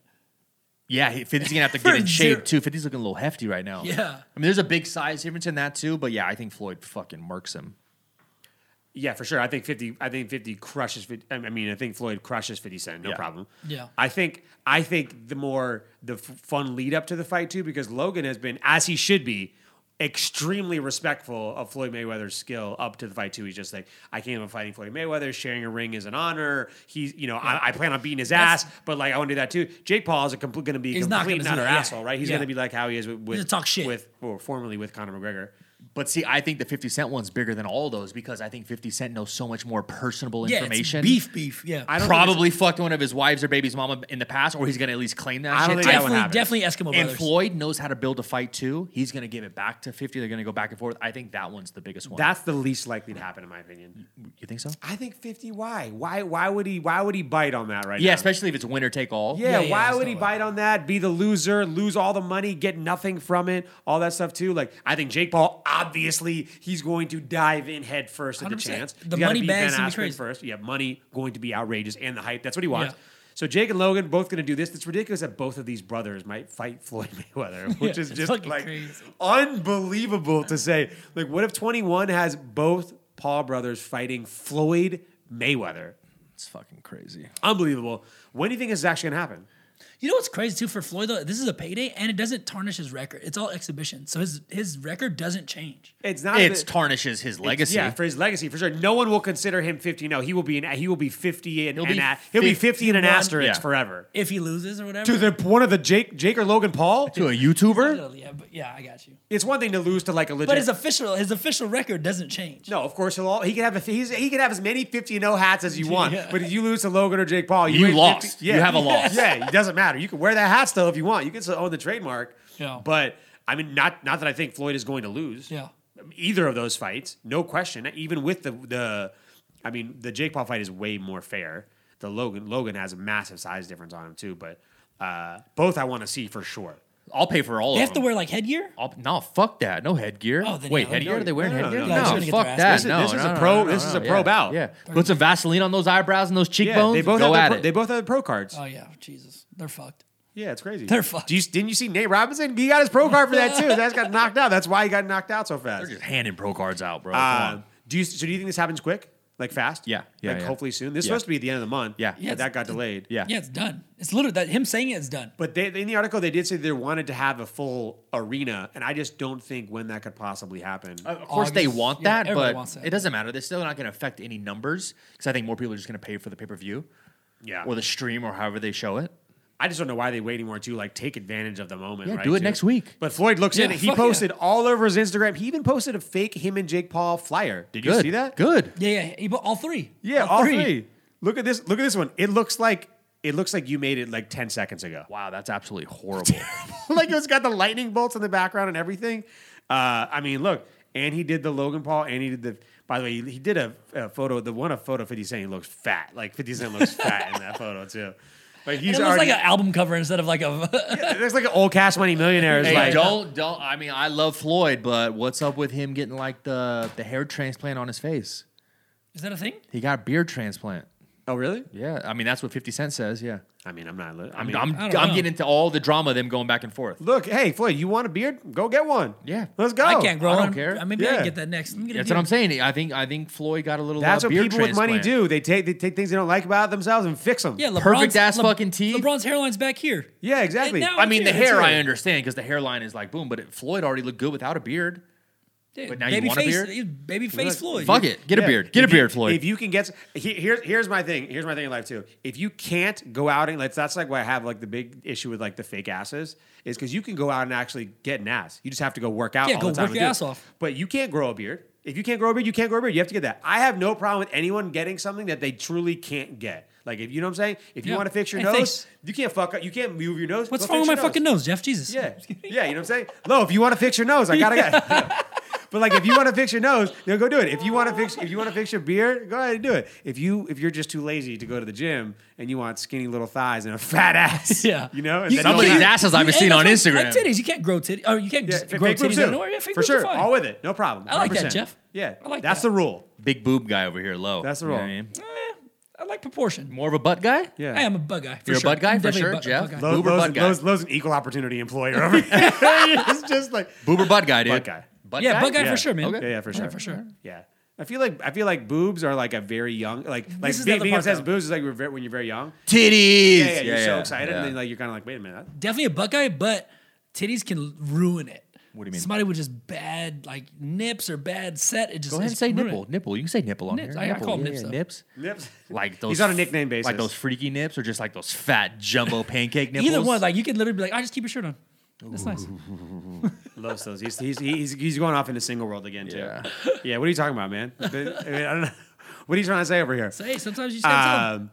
C: Yeah, he- 50's gonna
B: (laughs)
C: have to get in
B: For
C: shape
B: zero.
C: too. 50's looking a little hefty right now.
B: Yeah.
C: I mean, there's a big size difference in that too, but yeah, I think Floyd fucking murks him.
A: yeah, for sure. I think fifty. I think fifty crushes. 50, I mean, I think Floyd crushes Fifty Cent. No
C: Yeah.
A: problem.
B: Yeah.
A: I think. I think the more the f- fun lead up to the fight too, because Logan has been, as he should be, extremely respectful of Floyd Mayweather's skill up to the fight too. He's just like, I can't even fighting Floyd Mayweather. Sharing a ring is an honor. He's, you know, I, I plan on beating his
B: That's-
A: ass, but like I want to do that too. Jake Paul is a complete going to be a
B: He's not
A: complete
B: gonna
A: nutter
B: do that, yeah.
A: asshole, right? He's
B: Yeah.
A: going to be like how he is with, with
B: gonna talk shit.
A: with or formerly with Conor McGregor.
C: But see, I think the 50 Cent one's bigger than all those because I think 50 Cent knows so much more personable
B: Yeah, it's
C: information.
B: beef, beef. Yeah.
A: I don't think it's-
C: probably fucked one of his wives or baby's mama in the past, or he's gonna at least claim that
A: I don't think
C: shit.
A: that one
B: definitely,
A: happens.
B: definitely Eskimo
C: and
B: Brothers.
C: Floyd knows how to build a fight too. He's gonna give it back to 50. They're gonna go back and forth. I think that one's the biggest one.
A: That's the least likely to happen, in my opinion.
C: you think so?
A: I think fifty. Why? Why? Why would he? Why would he bite on that right
C: Yeah,
A: now?
C: especially if it's winner take all.
A: Yeah,
B: Yeah, yeah,
A: Why
B: it's
A: would
B: not
A: he
B: like-
A: bite on that? Be the loser, lose all the money, get nothing from it, all that stuff too. Like I think Jake Paul, obviously, he's going to dive in head first at the
B: 100%.
A: chance.
B: The
A: He's gotta
B: money
A: beat
B: bag's
A: Ben
B: gonna be
A: Askren
B: crazy.
A: first. Yeah, money going to be outrageous and the hype. That's what he wants.
B: Yeah.
A: So Jake and Logan both going to do this. It's ridiculous that both of these brothers might fight Floyd Mayweather, which
B: (laughs) Yeah,
A: is
B: it's
A: just
B: fucking
A: like
B: crazy.
A: unbelievable to say. Like, what if Twenty One has both Paul brothers fighting Floyd Mayweather?
C: It's fucking crazy.
A: Unbelievable. When do you think this is actually going to happen?
B: You know what's crazy too for Floyd though? This is a payday, and it doesn't tarnish his record. It's all exhibition, so his his record doesn't change.
A: It's not.
C: It's
A: that-
C: tarnishes his legacy.
A: Yeah, for his legacy, for sure. No one will consider him 50. No, he will be an, he will be 50 and,
C: He'll
A: and
C: be
A: a- he'll be 50 and an
B: 51.
A: asterisk
C: Yeah.
A: forever.
B: If he loses or whatever,
A: To the one of the Jake Jake or Logan Paul,
C: To a YouTuber,
B: yeah, but yeah, I got you.
A: it's one thing to lose to like a legit.
B: But his official his official record doesn't change.
A: no, of course he'll all, he can have a, he's, he can have as many 50 and 0 hats as you want.
B: Yeah.
A: But if you lose to Logan or Jake Paul,
C: You
A: ain't
C: lost.
A: 50
C: You have a loss.
A: Yeah, it doesn't matter. You can wear that hat still if you want. You can still own the trademark.
B: Yeah.
A: But I mean, not not that I think Floyd is going to lose.
B: Yeah.
A: Either of those fights, no question. Even with the the, I mean, the Jake Paul fight is way more fair. The Logan Logan has a massive size difference on him too, but uh, both I want to see for sure.
C: I'll pay for all
B: They
C: of
B: have to
C: them.
B: wear like headgear.
C: I'll- no, fuck that. No headgear.
B: Oh, then
C: Wait,
B: yeah,
C: headgear?
B: no,
C: Are they wearing
A: no, no,
C: headgear?
A: no,
C: No,
A: no,
B: they're just gonna
C: fuck
B: get their
C: that.
B: ass
C: no,
A: beat. This is- this is
C: no,
A: a
C: no,
A: pro-
C: no,
A: this is
C: no,
A: a
C: yeah,
A: pro bout.
C: Yeah, put some Vaseline on those eyebrows and those cheekbones.
A: they both
C: go
A: have the
C: at
A: pro,
C: it. Uh,
A: they both have the pro cards.
B: Oh yeah, Jesus, they're fucked.
A: yeah, it's crazy.
B: They're fucked.
A: Do you, didn't you see Nate Robinson? He got his pro card for that too. That's got knocked out. That's why he got knocked out so fast.
C: They're just handing pro cards out, bro. Come
A: Uh,
C: on.
A: do you so do you think this happens quick? Like fast?
C: Yeah. Yeah,
A: like
C: yeah.
A: hopefully soon. This is
C: Yeah.
A: supposed to be at the end of the month.
C: Yeah.
A: but
C: Yeah,
B: it's-
A: that got delayed.
C: Yeah.
B: Yeah, it's done. It's literally that him saying it is done.
A: But they, in the article, they did say they wanted to have a full arena, and I just don't think when that could possibly happen.
C: Of course, they
B: August.
C: want
B: Yeah,
C: that,
B: everybody
C: but
B: wants that.
C: it doesn't matter. They're still not going to affect any numbers because I think more people are just going to pay for the pay per view
A: yeah,
C: or the stream or however they show it.
A: I just don't know why they wait anymore to like take advantage of the moment.
C: Yeah,
A: right,
C: do it
A: too.
C: next week.
A: But Floyd looks
B: Yeah,
A: in. He
B: fuck yeah.
A: posted all over his Instagram. He even posted a fake him and Jake Paul flyer. Did you
C: Good.
A: see that?
C: Good.
B: Yeah, yeah, he bought all three.
A: Yeah, all, three. Look at this. Look at this one. It looks like it looks like you made it like ten seconds ago.
C: Wow, that's (laughs) absolutely horrible.
A: (laughs) like it's got the lightning bolts in the background and everything. Uh, I mean, look, and he did the Logan Paul, and he did the. By the way, he, he did a, a photo. The one of photo Fifty Cent he looks fat. Like Fifty Cent looks fat in that photo too. Like
B: And
A: he's
B: it looks
A: already.
B: like an album cover instead of like a. (laughs)
A: it looks like an old cash money millionaire. Is
C: hey,
A: like,
C: don't don't. I mean, I love Floyd, but what's up with him getting like the the hair transplant on his face?
B: is that a thing?
C: He got beard transplant.
A: oh really?
C: Yeah, I mean that's what Fifty Cent says. Yeah,
A: I mean, I'm not. li- I
C: I'm
A: mean,
C: I'm,
B: I
C: I'm,
B: don't know.
C: getting into all the drama of them going back and forth.
A: look, hey Floyd, you want a beard? Go get one.
C: Yeah.
A: let's go.
B: I can't grow
C: I don't
B: one.
C: care.
B: Uh, Maybe I
A: Yeah.
B: can get that next. Let me get a
C: That's what I'm
B: beard.
C: saying. I think I think Floyd got a little.
A: That's
C: uh,
A: what
C: beard
A: people with money
C: transplant.
A: do. They take they take things they don't like about themselves and fix them.
B: Yeah, LeBron's,
C: Perfect ass
B: Le-
C: fucking teeth.
B: LeBron's hairline's back here.
A: yeah, exactly.
B: now-
C: I mean, the
B: Yeah, that's
C: hair I
B: right.
C: understand because the hairline is like boom, but it, Floyd already looked good without a beard.
B: Dude,
C: But now you
B: baby
C: want a
B: face,
C: beard?
B: he's Baby face Floyd.
C: Fuck it, get a
A: Yeah.
C: beard, get
A: If
C: a
A: you-
C: beard, Floyd.
A: If you can get he- here's here's my thing. Here's my thing in life too. If you can't go out and like that's like why I have like the big issue with like the fake asses is because you can go out and actually get an ass. You just have to go work out.
B: Yeah,
A: all
B: go
A: the time
B: work
A: and
B: your
A: do it.
B: ass off.
A: But you can't grow a beard. If you can't grow a beard, you can't grow a beard. You have to get that. I have no problem with anyone getting something that they truly can't get. Like if you know what I'm saying. If you
B: Yeah.
A: want to fix your
B: Hey,
A: nose,
B: thanks.
A: you can't fuck up. You can't move your nose.
B: What's
A: Go
B: wrong
A: fix
B: with my
A: your
B: fucking nose, Jeff? Jesus.
A: (laughs) yeah, yeah, you know what I'm saying? No, if you want to fix your nose, I gotta get. (laughs) But like, if you want to fix your nose, then go do it. If you want to fix, if you want to fix your beard, go ahead and do it. If you if you're just too lazy to go to the gym and you want skinny little thighs and a fat ass,
B: (laughs) Yeah.
A: you know, and
B: You
A: then
B: can't-
A: you'll
C: Somebody's
A: have-
C: asses I've
B: You-
C: seen
B: and
C: on
B: that's what-
C: Instagram.
B: Like titties, you can't grow titties. Oh, you can't
A: yeah,
B: just
A: fake
B: grow
A: boobs
B: titties
A: too.
B: out of nowhere. Yeah, fake
A: for
B: boobs are
A: sure,
B: fine.
A: all with it, no problem.
B: I like that,
A: 100%.
B: Jeff.
A: Yeah,
B: I like
A: that's
B: that.
A: the rule.
C: Big boob guy over here, low.
A: That's the
C: You know
A: rule.
C: what I mean?
B: Eh, I like proportion.
C: More of a butt guy.
A: Yeah,
B: I am a bug guy. For
C: You're a
B: sure.
C: bug guy?
B: I'm
C: For
B: definitely a
C: sure,
B: bug- a
C: Jeff?
B: bug guy.
A: Lowe's,
C: Boober
A: Lowe's,
C: butt guy.
A: Lowe's, Lowe's an equal opportunity employer over (laughs) here. it's just like
C: Boober butt guy, dude.
A: Butt guy.
C: Butt
B: Yeah, butt guy
A: Yeah.
B: for sure, man.
C: Okay.
A: Yeah, yeah, for
B: Yeah,
A: sure,
B: for sure.
A: Yeah, I feel like I feel like boobs are like a very young like like
B: is the
A: being,
B: other
A: being
B: part,
A: obsessed
B: though.
A: with boobs is like you're very- when you're very young.
C: Titties.
A: Yeah, yeah, you're so excited,
C: yeah.
A: and then like you're kind of like, wait a minute,
B: Definitely a bug guy, but titties can ruin it.
C: What do you mean?
B: Somebody with just bad like nips or bad set. It just
C: Go ahead and
B: it's
C: say
B: ruined.
C: nipple. Nipple. You can say nipple on
B: Nips.
C: here.
B: I- I
C: nipple.
B: call them
C: yeah,
B: nips,
C: yeah,
B: though.
C: nips.
A: nips.
C: Like those.
A: He's on a nickname basis.
C: Like those freaky nips, or just like those fat jumbo pancake nipples.
B: Either one, like you could literally be like, I just keep your shirt on. That's nice.
A: (laughs) loves those. He's, he's he's he's going off into single world again too.
C: Yeah.
A: (laughs) yeah. What are you talking about,
C: (laughs)
A: man? I, mean, I don't know. (laughs) What are you trying to say over here?
B: So, hey, sometimes you just gotta tell 'em.
A: Um,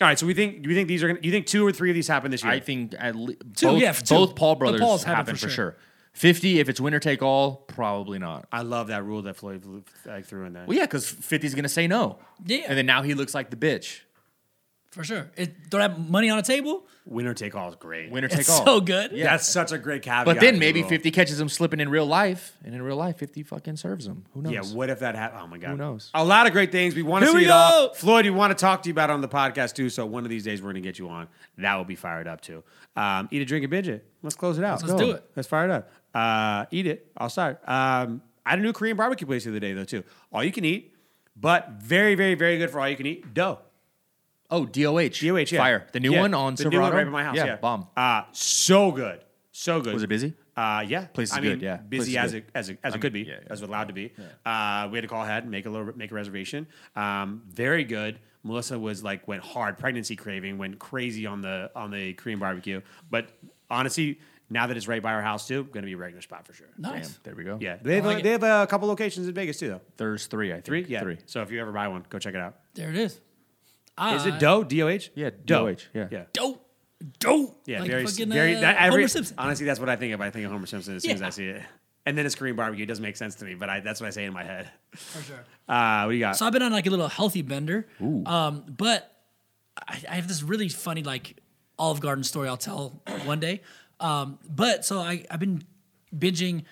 A: all right. So we think you think these are gonna you think two or three of these happen this year?
C: I think at le-
B: Two,
C: both,
B: yeah, for two.
C: both Paul
B: The
C: brothers
B: Pauls happen
C: happen,
B: for
C: for
B: sure.
C: sure. Fifty, if it's winner take all, probably not.
A: I love that rule that Floyd like, threw in there.
C: Well, yeah, because 50's gonna say no.
B: Yeah.
C: And then now he looks like the bitch.
B: For sure. It, throw that money on a table.
A: Winner take all is great.
C: Winner take
B: It's
C: all.
B: so good.
C: Yeah.
A: That's such a great caveat.
C: But
A: to
C: then
A: the
C: maybe
A: rule.
C: 50 catches him slipping in real life, and in real life, 50 fucking serves him. Who knows?
A: Yeah, what if that happened? Oh my god,
C: Who knows?
A: A lot of great things. We want to
B: Here
A: see
B: we
A: it all.
B: go.
A: Floyd, we want to talk to you about it on the podcast too. So one of these days we're gonna get you on. That will be fired up too. Um, eat a drink and binge it. Let's close it out.
B: Let's do it.
A: Let's fire it up. Uh, eat it. I'll start. Um, I had a new Korean barbecue place the other day though too. All you can eat, but very very very good for all you can eat dough.
C: Oh, DOH.
A: DOH, yeah.
C: Fire. The new
A: Yeah,
C: one on
A: the
C: Silverado.
A: new one right by my house. Yeah,
C: bomb.
A: Uh, so good, so good.
C: Was it busy?
A: Uh, yeah,
C: Place is
A: I mean,
C: good, yeah. Place
A: busy
C: is
A: as
C: good.
A: it as it, as it could be,
C: yeah, yeah.
A: as we're allowed to be. Uh, we had to call ahead, and make a little, make a reservation. Um, very good. Melissa was like went hard, pregnancy craving, went crazy on the on the Korean barbecue. But honestly, now that it's right by our house too, going to be a regular spot for sure.
C: Damn,
B: Nice.
C: there we go.
A: Yeah, they have,
B: like
A: a,
B: it.
A: they have a couple locations in Vegas too, though.
C: There's three, I think.
A: Three, yeah.
C: Three.
A: So if you ever buy one, go check it out.
B: There it is. Uh, Ah,
A: Is it Doe? D O H?
C: Yeah,
A: Doe.
C: DOH, yeah.
A: yeah.
B: dope? Dope.
A: Yeah,
B: Like
A: very,
B: fucking,
A: very.
B: uh,
A: that, every,
B: Homer Simpson.
A: Honestly, that's what I think of. I think of Homer Simpson as soon as I
B: Yeah.
A: see it. And then it's Korean barbecue. It doesn't make sense to me, but I, that's what I say in my head.
B: For sure.
A: Uh, what do you got?
B: So I've been on like a little healthy bender. Um, but I, I have this really funny like Olive Garden story I'll tell one day. Um, but so I, I've been binging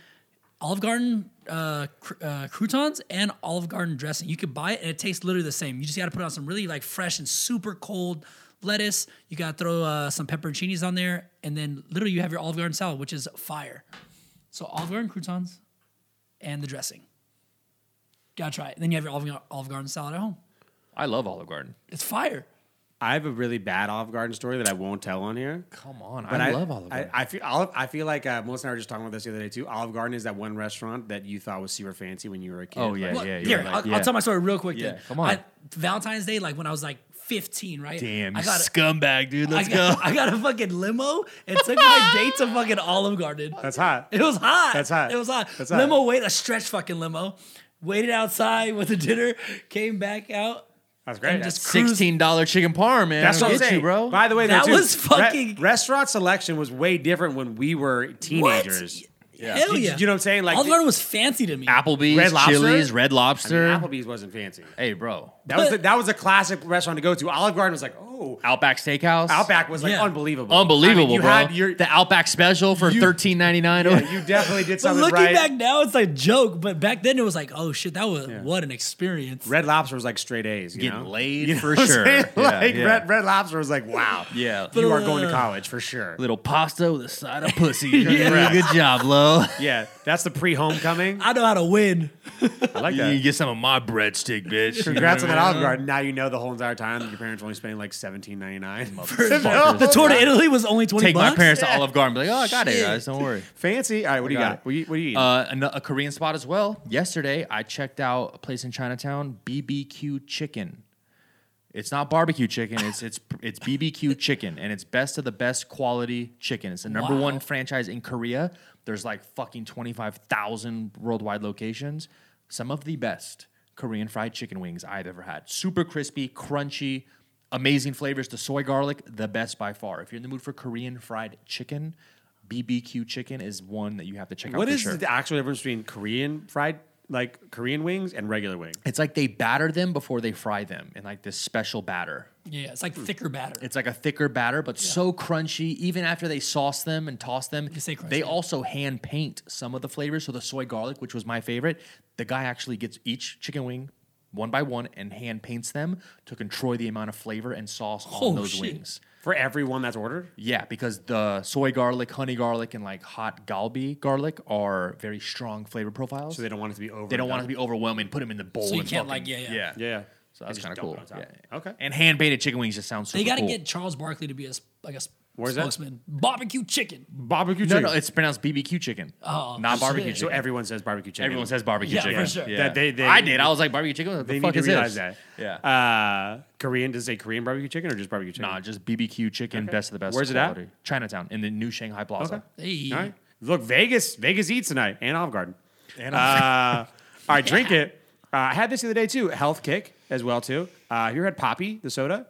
B: Olive Garden uh, cr- uh, croutons and Olive Garden dressing. You could buy it and it tastes literally the same. You just got to put on some really like fresh and super cold lettuce. You got to throw uh, some pepperoncinis on there, and then literally you have your Olive Garden salad, which is fire. So Olive Garden croutons and the dressing. Gotta try it. And then you have your Olive Garden, Olive Garden salad at home.
C: I love Olive Garden.
B: It's fire.
A: I have a really bad Olive Garden story that I won't tell on here.
C: Come on.
A: But
C: I, love Olive Garden.
A: I, I feel Olive, I feel like uh, Melissa and I were just talking about this the other day too. Olive Garden is that one restaurant that you thought was super fancy when you were a kid.
C: Oh, yeah.
A: Like,
B: Well,
C: you're
B: here,
C: right.
B: I'll,
C: Yeah.
B: I'll tell my story real quick.
C: Yeah,
B: then.
C: come on.
B: I- Valentine's Day, like when I was like 15, right?
C: Damn,
B: I
C: you
B: got a,
C: scumbag, dude.
B: I
C: Let's
B: (laughs)
C: go.
B: got, I got a fucking limo and took
C: (laughs)
B: my date to fucking Olive Garden.
A: That's hot.
B: It was hot.
A: That's hot.
B: It was hot.
A: That's hot.
B: limo wait, a stretch fucking limo. Waited outside with the dinner, came back out.
A: That's great.
B: And just cruised.
C: Sixteen dollar chicken parm, man.
A: That's what
C: I'll
A: I'm
C: get
A: saying,
C: you, bro.
A: By the way, though,
B: That
A: too,
B: was
A: re-
B: fucking-
A: restaurant selection was way different when we were
B: What?
A: teenagers.
B: Hell
A: You-
B: yeah.
A: you know what I'm saying? Like-
B: Olive Garden was fancy to me.
C: Applebee's,
A: Red Lobster?
C: Chili's, Red
A: I mean,
C: Lobster.
A: Applebee's wasn't fancy.
C: hey, bro.
A: That was the, that was a classic restaurant to go to. Olive Garden was like, oh,
C: Outback Steakhouse.
A: Outback was like
B: Yeah.
A: unbelievable.
C: Unbelievable,
A: I mean, you
C: bro.
A: Had your,
C: the Outback special for thirteen ninety nine.
A: yeah, you definitely did
B: (laughs) but
A: something
B: looking
A: right.
B: back now, it's a joke. But back then, it was like, oh shit, that was what an experience.
A: Red Lobster was like straight A's. You
C: Getting
A: know? (laughs)
C: laid
A: You know
C: for
A: what I'm
C: sure.
A: saying?
C: Yeah,
A: like
C: yeah.
A: Red, Red Lobster was like, wow,
C: (laughs) Yeah.
A: you are
B: uh,
A: going to college for sure.
C: Little pasta with a side of
A: (laughs)
C: pussy. You're doing a Good job, Lo.
A: Yeah, that's the pre-homecoming.
B: I know how to win.
A: I like
C: You
A: that.
C: can get some of my breadstick, bitch.
A: Congrats on that Olive Garden. Now you know the whole entire time that your parents were only spending like seventeen ninety nine. (laughs)
B: The tour to Italy was only twenty
C: Oh, Take
B: bucks.
C: my parents to Olive Garden. Be like, oh, I got it,
B: Shit.
C: guys. Don't worry.
A: Fancy. All right, what do you
C: Got
A: got?
C: it.
A: What do you, what do you eat?
C: Uh, an- a Korean spot as well. Yesterday, I checked out a place in Chinatown, BBQ Chicken. It's not barbecue chicken.
A: (laughs)
C: It's it's it's BBQ chicken, and it's best of the best quality chicken. It's the number
B: Wow.
C: one franchise in Korea. There's like fucking twenty five thousand worldwide locations. Some of the best Korean fried chicken wings I've ever had. Super crispy, crunchy, amazing flavors. The soy garlic, the best by far. If you're in the mood for Korean fried chicken, BBQ chicken is one that you have to check out.
A: what
C: for
A: is
C: sure.
A: the actual difference between Korean fried, like Korean wings, and regular wings?
C: It's like they batter them before they fry them in like this special batter.
B: Yeah, it's like thicker batter.
C: It's like a thicker batter, but so crunchy. Even after they sauce them and toss them,
B: say crunchy.
C: they also hand paint some of the flavors. So the soy garlic, which was my favorite, the guy actually gets each chicken wing one by one and hand paints them to control the amount of flavor and sauce
B: Oh,
C: on those
B: shit.
C: wings.
A: For everyone that's ordered,
C: Yeah, because the soy garlic, honey garlic, and like hot galbi garlic are very strong flavor profiles.
A: so they don't want it to be over.
C: they don't want it to be overwhelming. Put them in the bowl.
B: you
C: and
B: can't,
C: fucking-
B: like, yeah, yeah.
C: yeah.
A: Yeah.
C: So that's
A: Just
C: kind of
A: dump it
C: cool.
A: on top.
C: Yeah.
A: Okay.
C: And hand painted chicken wings just sounds super
B: They got to
C: cool.
B: get Charles Barkley to be a, s- like a s-
A: Where's that?
B: spokesman. Barbecue chicken.
A: Barbecue
C: No,
A: chicken.
C: no, it's pronounced BBQ chicken.
B: Oh,
C: not
B: shit.
C: barbecue
A: so
C: chicken.
A: everyone says barbecue chicken.
C: Everyone says barbecue
B: Yeah, for
C: chicken.
B: sure.
A: That they- they-
C: I did. I was like barbecue chicken. What the
A: They
C: fuck
A: need to
C: is
A: realize
C: this?
A: that.
C: Yeah.
A: Uh, Korean does it say Korean barbecue chicken or just barbecue chicken?
C: nah, just BBQ chicken, best of the best.
A: Where's it at?
C: quality. Chinatown in the new Shanghai Plaza.
A: Okay.
B: Hey.
A: All right. Look, Vegas. Vegas eats tonight and Olive Garden.
C: And
A: Uh,
C: I'm-
A: (laughs) all right, drink it. Uh, I had this the other day too. Health kick as well too. Uh, have you ever had Poppy the soda?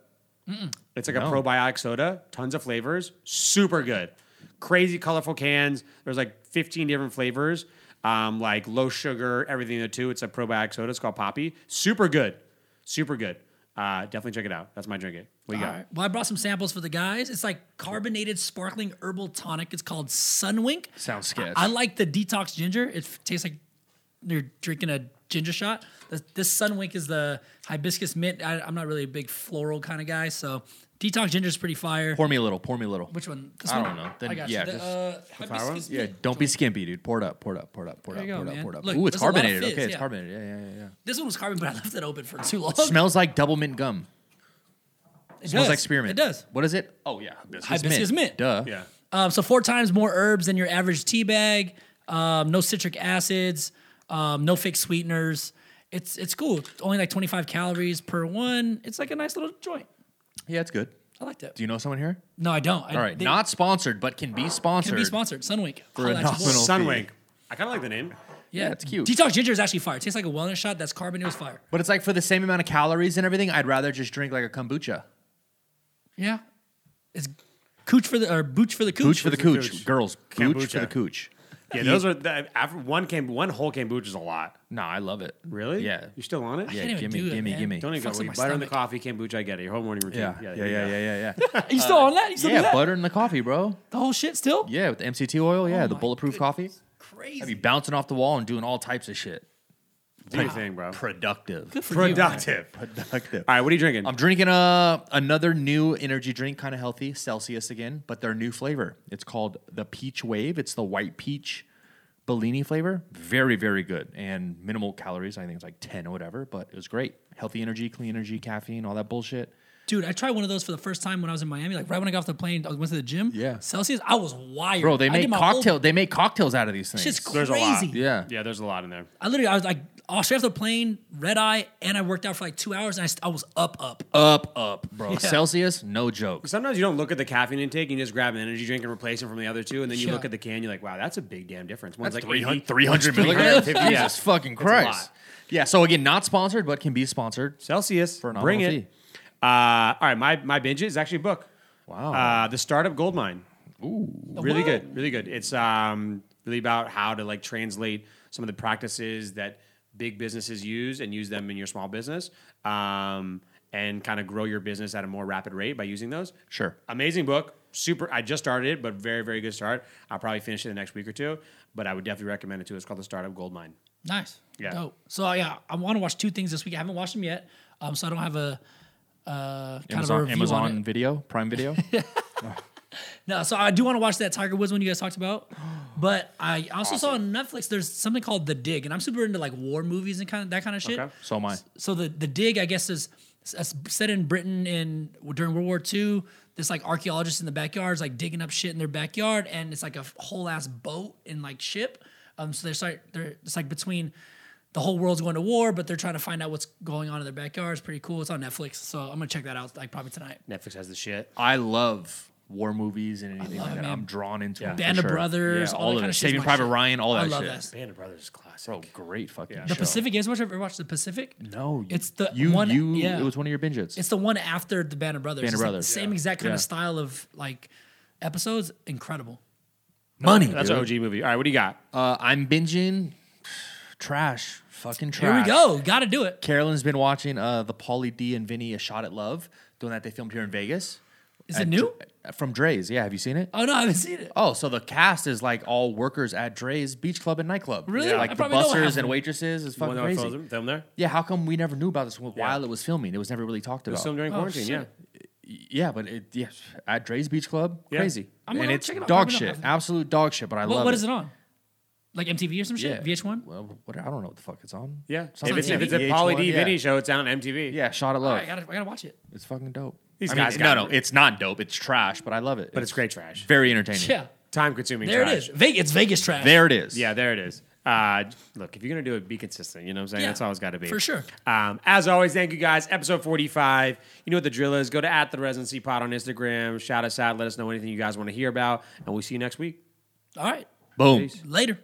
A: It's like a
C: No.
A: probiotic soda. Tons of flavors. Super good. Crazy colorful cans. There's like 15 different flavors. Um, like low sugar, everything in the two. It's a probiotic soda. It's called Poppy. Super good. Super good. Uh, definitely check it out. That's my drink it. What you
B: All
A: got?
B: right. Well, I brought some samples for the guys. It's like carbonated sparkling herbal tonic. It's called Sunwink.
C: Sounds sketch.
B: I, I like the detox ginger. It f- tastes like you're drinking a ginger shot. This, this Sunwink is the hibiscus mint. I, I'm not really a big floral kind of guy, so detox ginger is pretty fire.
C: pour me a little. Pour me a little.
B: Which one? This
C: I
B: one?
C: don't know. Then-
B: I got
C: yeah,
B: you. The,
C: just-
B: uh,
A: flower one?
B: hibiscus
C: Yeah.
B: mint.
C: Don't be skimpy, dude. Pour it up. Pour it up. Pour it up. Pour it up.
B: you
C: Pour
B: go,
C: it up.
B: man.
C: Pour it up.
B: Look,
C: Ooh, it's
B: there's a lot of
C: carbonated.
B: fizz,
C: Okay, it's
B: yeah.
C: carbonated. Yeah, yeah, yeah.
B: This one was carbon, but I left it open for too long.
C: yeah. Smells like double mint gum.
B: It
C: smells
B: does.
C: like spearmint.
B: It does.
C: What is it? Oh yeah, hibiscus,
B: Hibiscus mint.
C: Duh.
A: Yeah.
B: Um, so four times more herbs than your average tea bag. Um, no citric acids. Um, no fake sweeteners. It's it's cool. It's Only like 25 calories per one. It's like a nice little joint.
C: Yeah, it's good.
B: I like that.
C: Do you know someone here?
B: No, I don't. I,
C: All right,
B: they
C: not sponsored, but can be sponsored.
B: can be sponsored. Sunwink
C: For
B: Holla
C: a
B: at your boy.
C: nominal-
A: Sunwing. I kind of like the name.
C: (laughs) Yeah, it's cute.
B: Detox ginger is actually fire. It tastes like a wellness shot. That's carbon. It was fire.
C: But it's like for the same amount of calories and everything, I'd rather just drink like a kombucha.
B: Yeah, it's cooch for the or booch for the cooch.
C: Cooch for the cooch.
A: cooch.
C: Girls, cooch for
A: Kombucha.
C: the cooch.
A: Yeah, those are the, after one came one whole kombucha is a lot.
C: No, I love it.
A: Really?
C: Yeah.
A: You still on it?
C: Yeah,
B: can't even
C: gimme,
B: do it,
C: gimme,
B: man.
C: gimme.
A: Don't even go.
B: Fucks
A: with
B: up
A: Butter
B: my
A: in the
B: stomach.
A: coffee, kombucha. I get it. Your whole morning routine.
C: Yeah, yeah, yeah, yeah, yeah, yeah.
B: Are (laughs) you still on that? You still
C: Yeah,
B: do that?
C: butter in the coffee, bro.
B: The whole shit still.
C: Yeah, with the MCT oil. Yeah,
B: Oh
C: the
B: my
C: bulletproof coffee.
B: Crazy.
C: I'd be bouncing off the wall and doing all types of shit.
A: Do your thing, bro.
C: Productive.
B: Good for you, man.
A: Productive.
C: Productive.
A: All right, what are you drinking?
C: I'm drinking a, another new energy drink, kind of healthy, Celsius again, but their new flavor. It's called the Peach Wave. It's the white peach Bellini flavor. Very, very good and minimal calories. I think it's like 10 or whatever, but it was great. Healthy energy, clean energy, caffeine, all that bullshit.
B: Dude, I tried one of those for the first time when I was in Miami. Like right when I got off the plane, I went to the gym.
C: Yeah.
B: Celsius, I was wired.
C: Bro, they
B: I
C: make
B: did my whole-
C: cocktail. They make cocktails out of these things.
B: Shit's
A: There's a lot.
B: crazy.
C: yeah.
A: yeah, there's a lot in there.
B: I literally, I was like, all straight off the plane, red eye, and I worked out for like two hours, and I, st- I was up, up.
C: Up, up, bro.
B: Yeah.
C: Celsius, no joke.
A: Sometimes you don't look at the caffeine intake, you just grab an energy drink and replace it from the other two, and then you
B: Yeah.
A: look at the can, you're like, wow, that's a big damn difference. One's
C: That's
A: like
C: 300,
A: 80,
C: 300 milligrams.
A: 350.
C: (laughs) Jesus
A: Yeah.
C: fucking
A: That's a lot.
C: Christ. Yeah, so again, not sponsored, but can be sponsored.
A: Celsius.
C: For an
A: Bring
C: nominal
A: it. Uh, all right, my my binge is actually a book.
C: Wow.
A: Uh, the startup gold mine. Ooh, really
B: what?
A: good, really good. It's um, really about how to like translate some of the practices that big businesses use and use them in your small business, um, and kind of grow your business at a more rapid rate by using those.
C: Sure.
A: amazing book. Super. I just started it, but very very good start. I'll probably finish it in the next week or two, but I would definitely recommend it too. It's called the Startup Gold Mine.
B: Nice.
A: Yeah.
B: Dope. So yeah, I want to watch two things this week. I haven't watched them yet, um, so I don't have a uh, kind of a
C: Amazon,
B: review
C: Amazon
B: on it.
C: Video, Prime (laughs) Video.
B: No, so I do want to watch that Tiger Woods one you guys
A: (gasps)
B: talked about, but I also saw on Netflix there's something called The Dig, and I'm super into like war movies and kind of that kind of shit.
A: Okay.
C: so am I.
B: so the the dig I guess is, is set in Britain in during World War II. This like archaeologist in the backyard is like digging up shit in their backyard, and it's like a whole ass boat and like ship. Um, so they're start they're it's like between the whole world's going to war, but they're trying to find out what's going on in their backyard. It's pretty cool. It's on Netflix, so I'm gonna check that out like probably tonight.
A: Netflix has the shit.
C: I love war movies and anything
B: love
C: like
B: it,
C: that.
B: man.
C: I'm drawn into them for
B: Band of
C: sure.
B: Brothers,
C: Yeah,
B: all, that kind
C: it.
B: of shit.
C: Saving Private Ryan, all that
B: I love
C: shit.
B: that.
A: Band of Brothers is classic.
C: Bro, great fucking
A: Yeah.
B: The
C: show.
B: Pacific. You guys watch- ever watch the Pacific?
C: No,
B: It's the
C: you.
B: one- e-,
C: you
B: yeah.
C: It was one of your binges.
B: It's the one after the Band of Brothers.
C: Band of
B: It's, like,
C: Brothers.
B: the same exact kind
C: Yeah.
B: of style of like episodes. Incredible.
C: money.
A: That's
C: dude.
A: an OG movie. All right, what do you got?
C: Uh, I'm binging (sighs) trash, fucking trash.
B: Here we go. Got to do it.
C: Carolyn's been watching uh, the Pauly D and Vinny A Shot at Love, doing that they filmed here in Vegas.
B: Is
C: At
B: it new?
C: Dre- From Dre's, yeah. Have you seen it?
B: Oh no, I haven't seen it.
C: Oh, so the cast is like all workers at Dre's Beach Club and nightclub.
B: Really?
C: Yeah.
B: I
C: Like the
B: probably know what
C: bussers
B: happened.
C: and waitresses is
A: One
C: fucking
A: that I
C: crazy.
A: filmed them there.
C: Yeah, how come we never knew about this while it was filming? It was never really talked about.
A: Some during
B: Oh,
A: quarantine,
B: shit.
A: yeah.
C: yeah, but it yeah, at Dre's Beach Club,
A: Yeah.
C: crazy.
B: I'm gonna
C: and
B: go
C: it's
B: check it out.
C: dog
B: Probably not
C: shit,
B: have-
C: absolute dog shit. But I
B: What,
C: love
B: what
C: it.
B: is it on? Like MTV or some shit? VH1?
C: Well, what I don't know what the fuck it's on.
A: Yeah. if
C: Something
A: it's, if
C: like
A: it's a
C: VH1,
A: Poly D
C: yeah.
A: Vinny show, it's on MTV.
C: Yeah, shot at
B: All
C: love.
B: right, I gotta, I gotta watch it.
C: it's fucking dope.
A: These
C: I mean,
A: guys
C: no,
A: got
C: no,
A: it.
C: it's not dope. It's trash, but I love it.
A: But it's great trash.
C: very entertaining.
B: Yeah,
A: Time consuming
B: there
A: trash.
B: it is. Ve- it's Vegas trash.
C: there it is.
A: Yeah, there it is. Uh, look, if you're going to do it, be consistent. You know what I'm saying?
B: Yeah,
A: That's all it's got to be.
B: for sure.
A: Um, as always, thank you guys. Episode 45. You know what the drill is. Go to at the residency pod on Instagram. Shout us out. Let us know anything you guys want to hear about. And we'll see you next week.
B: All right,
C: Boom.
A: Peace.
B: later.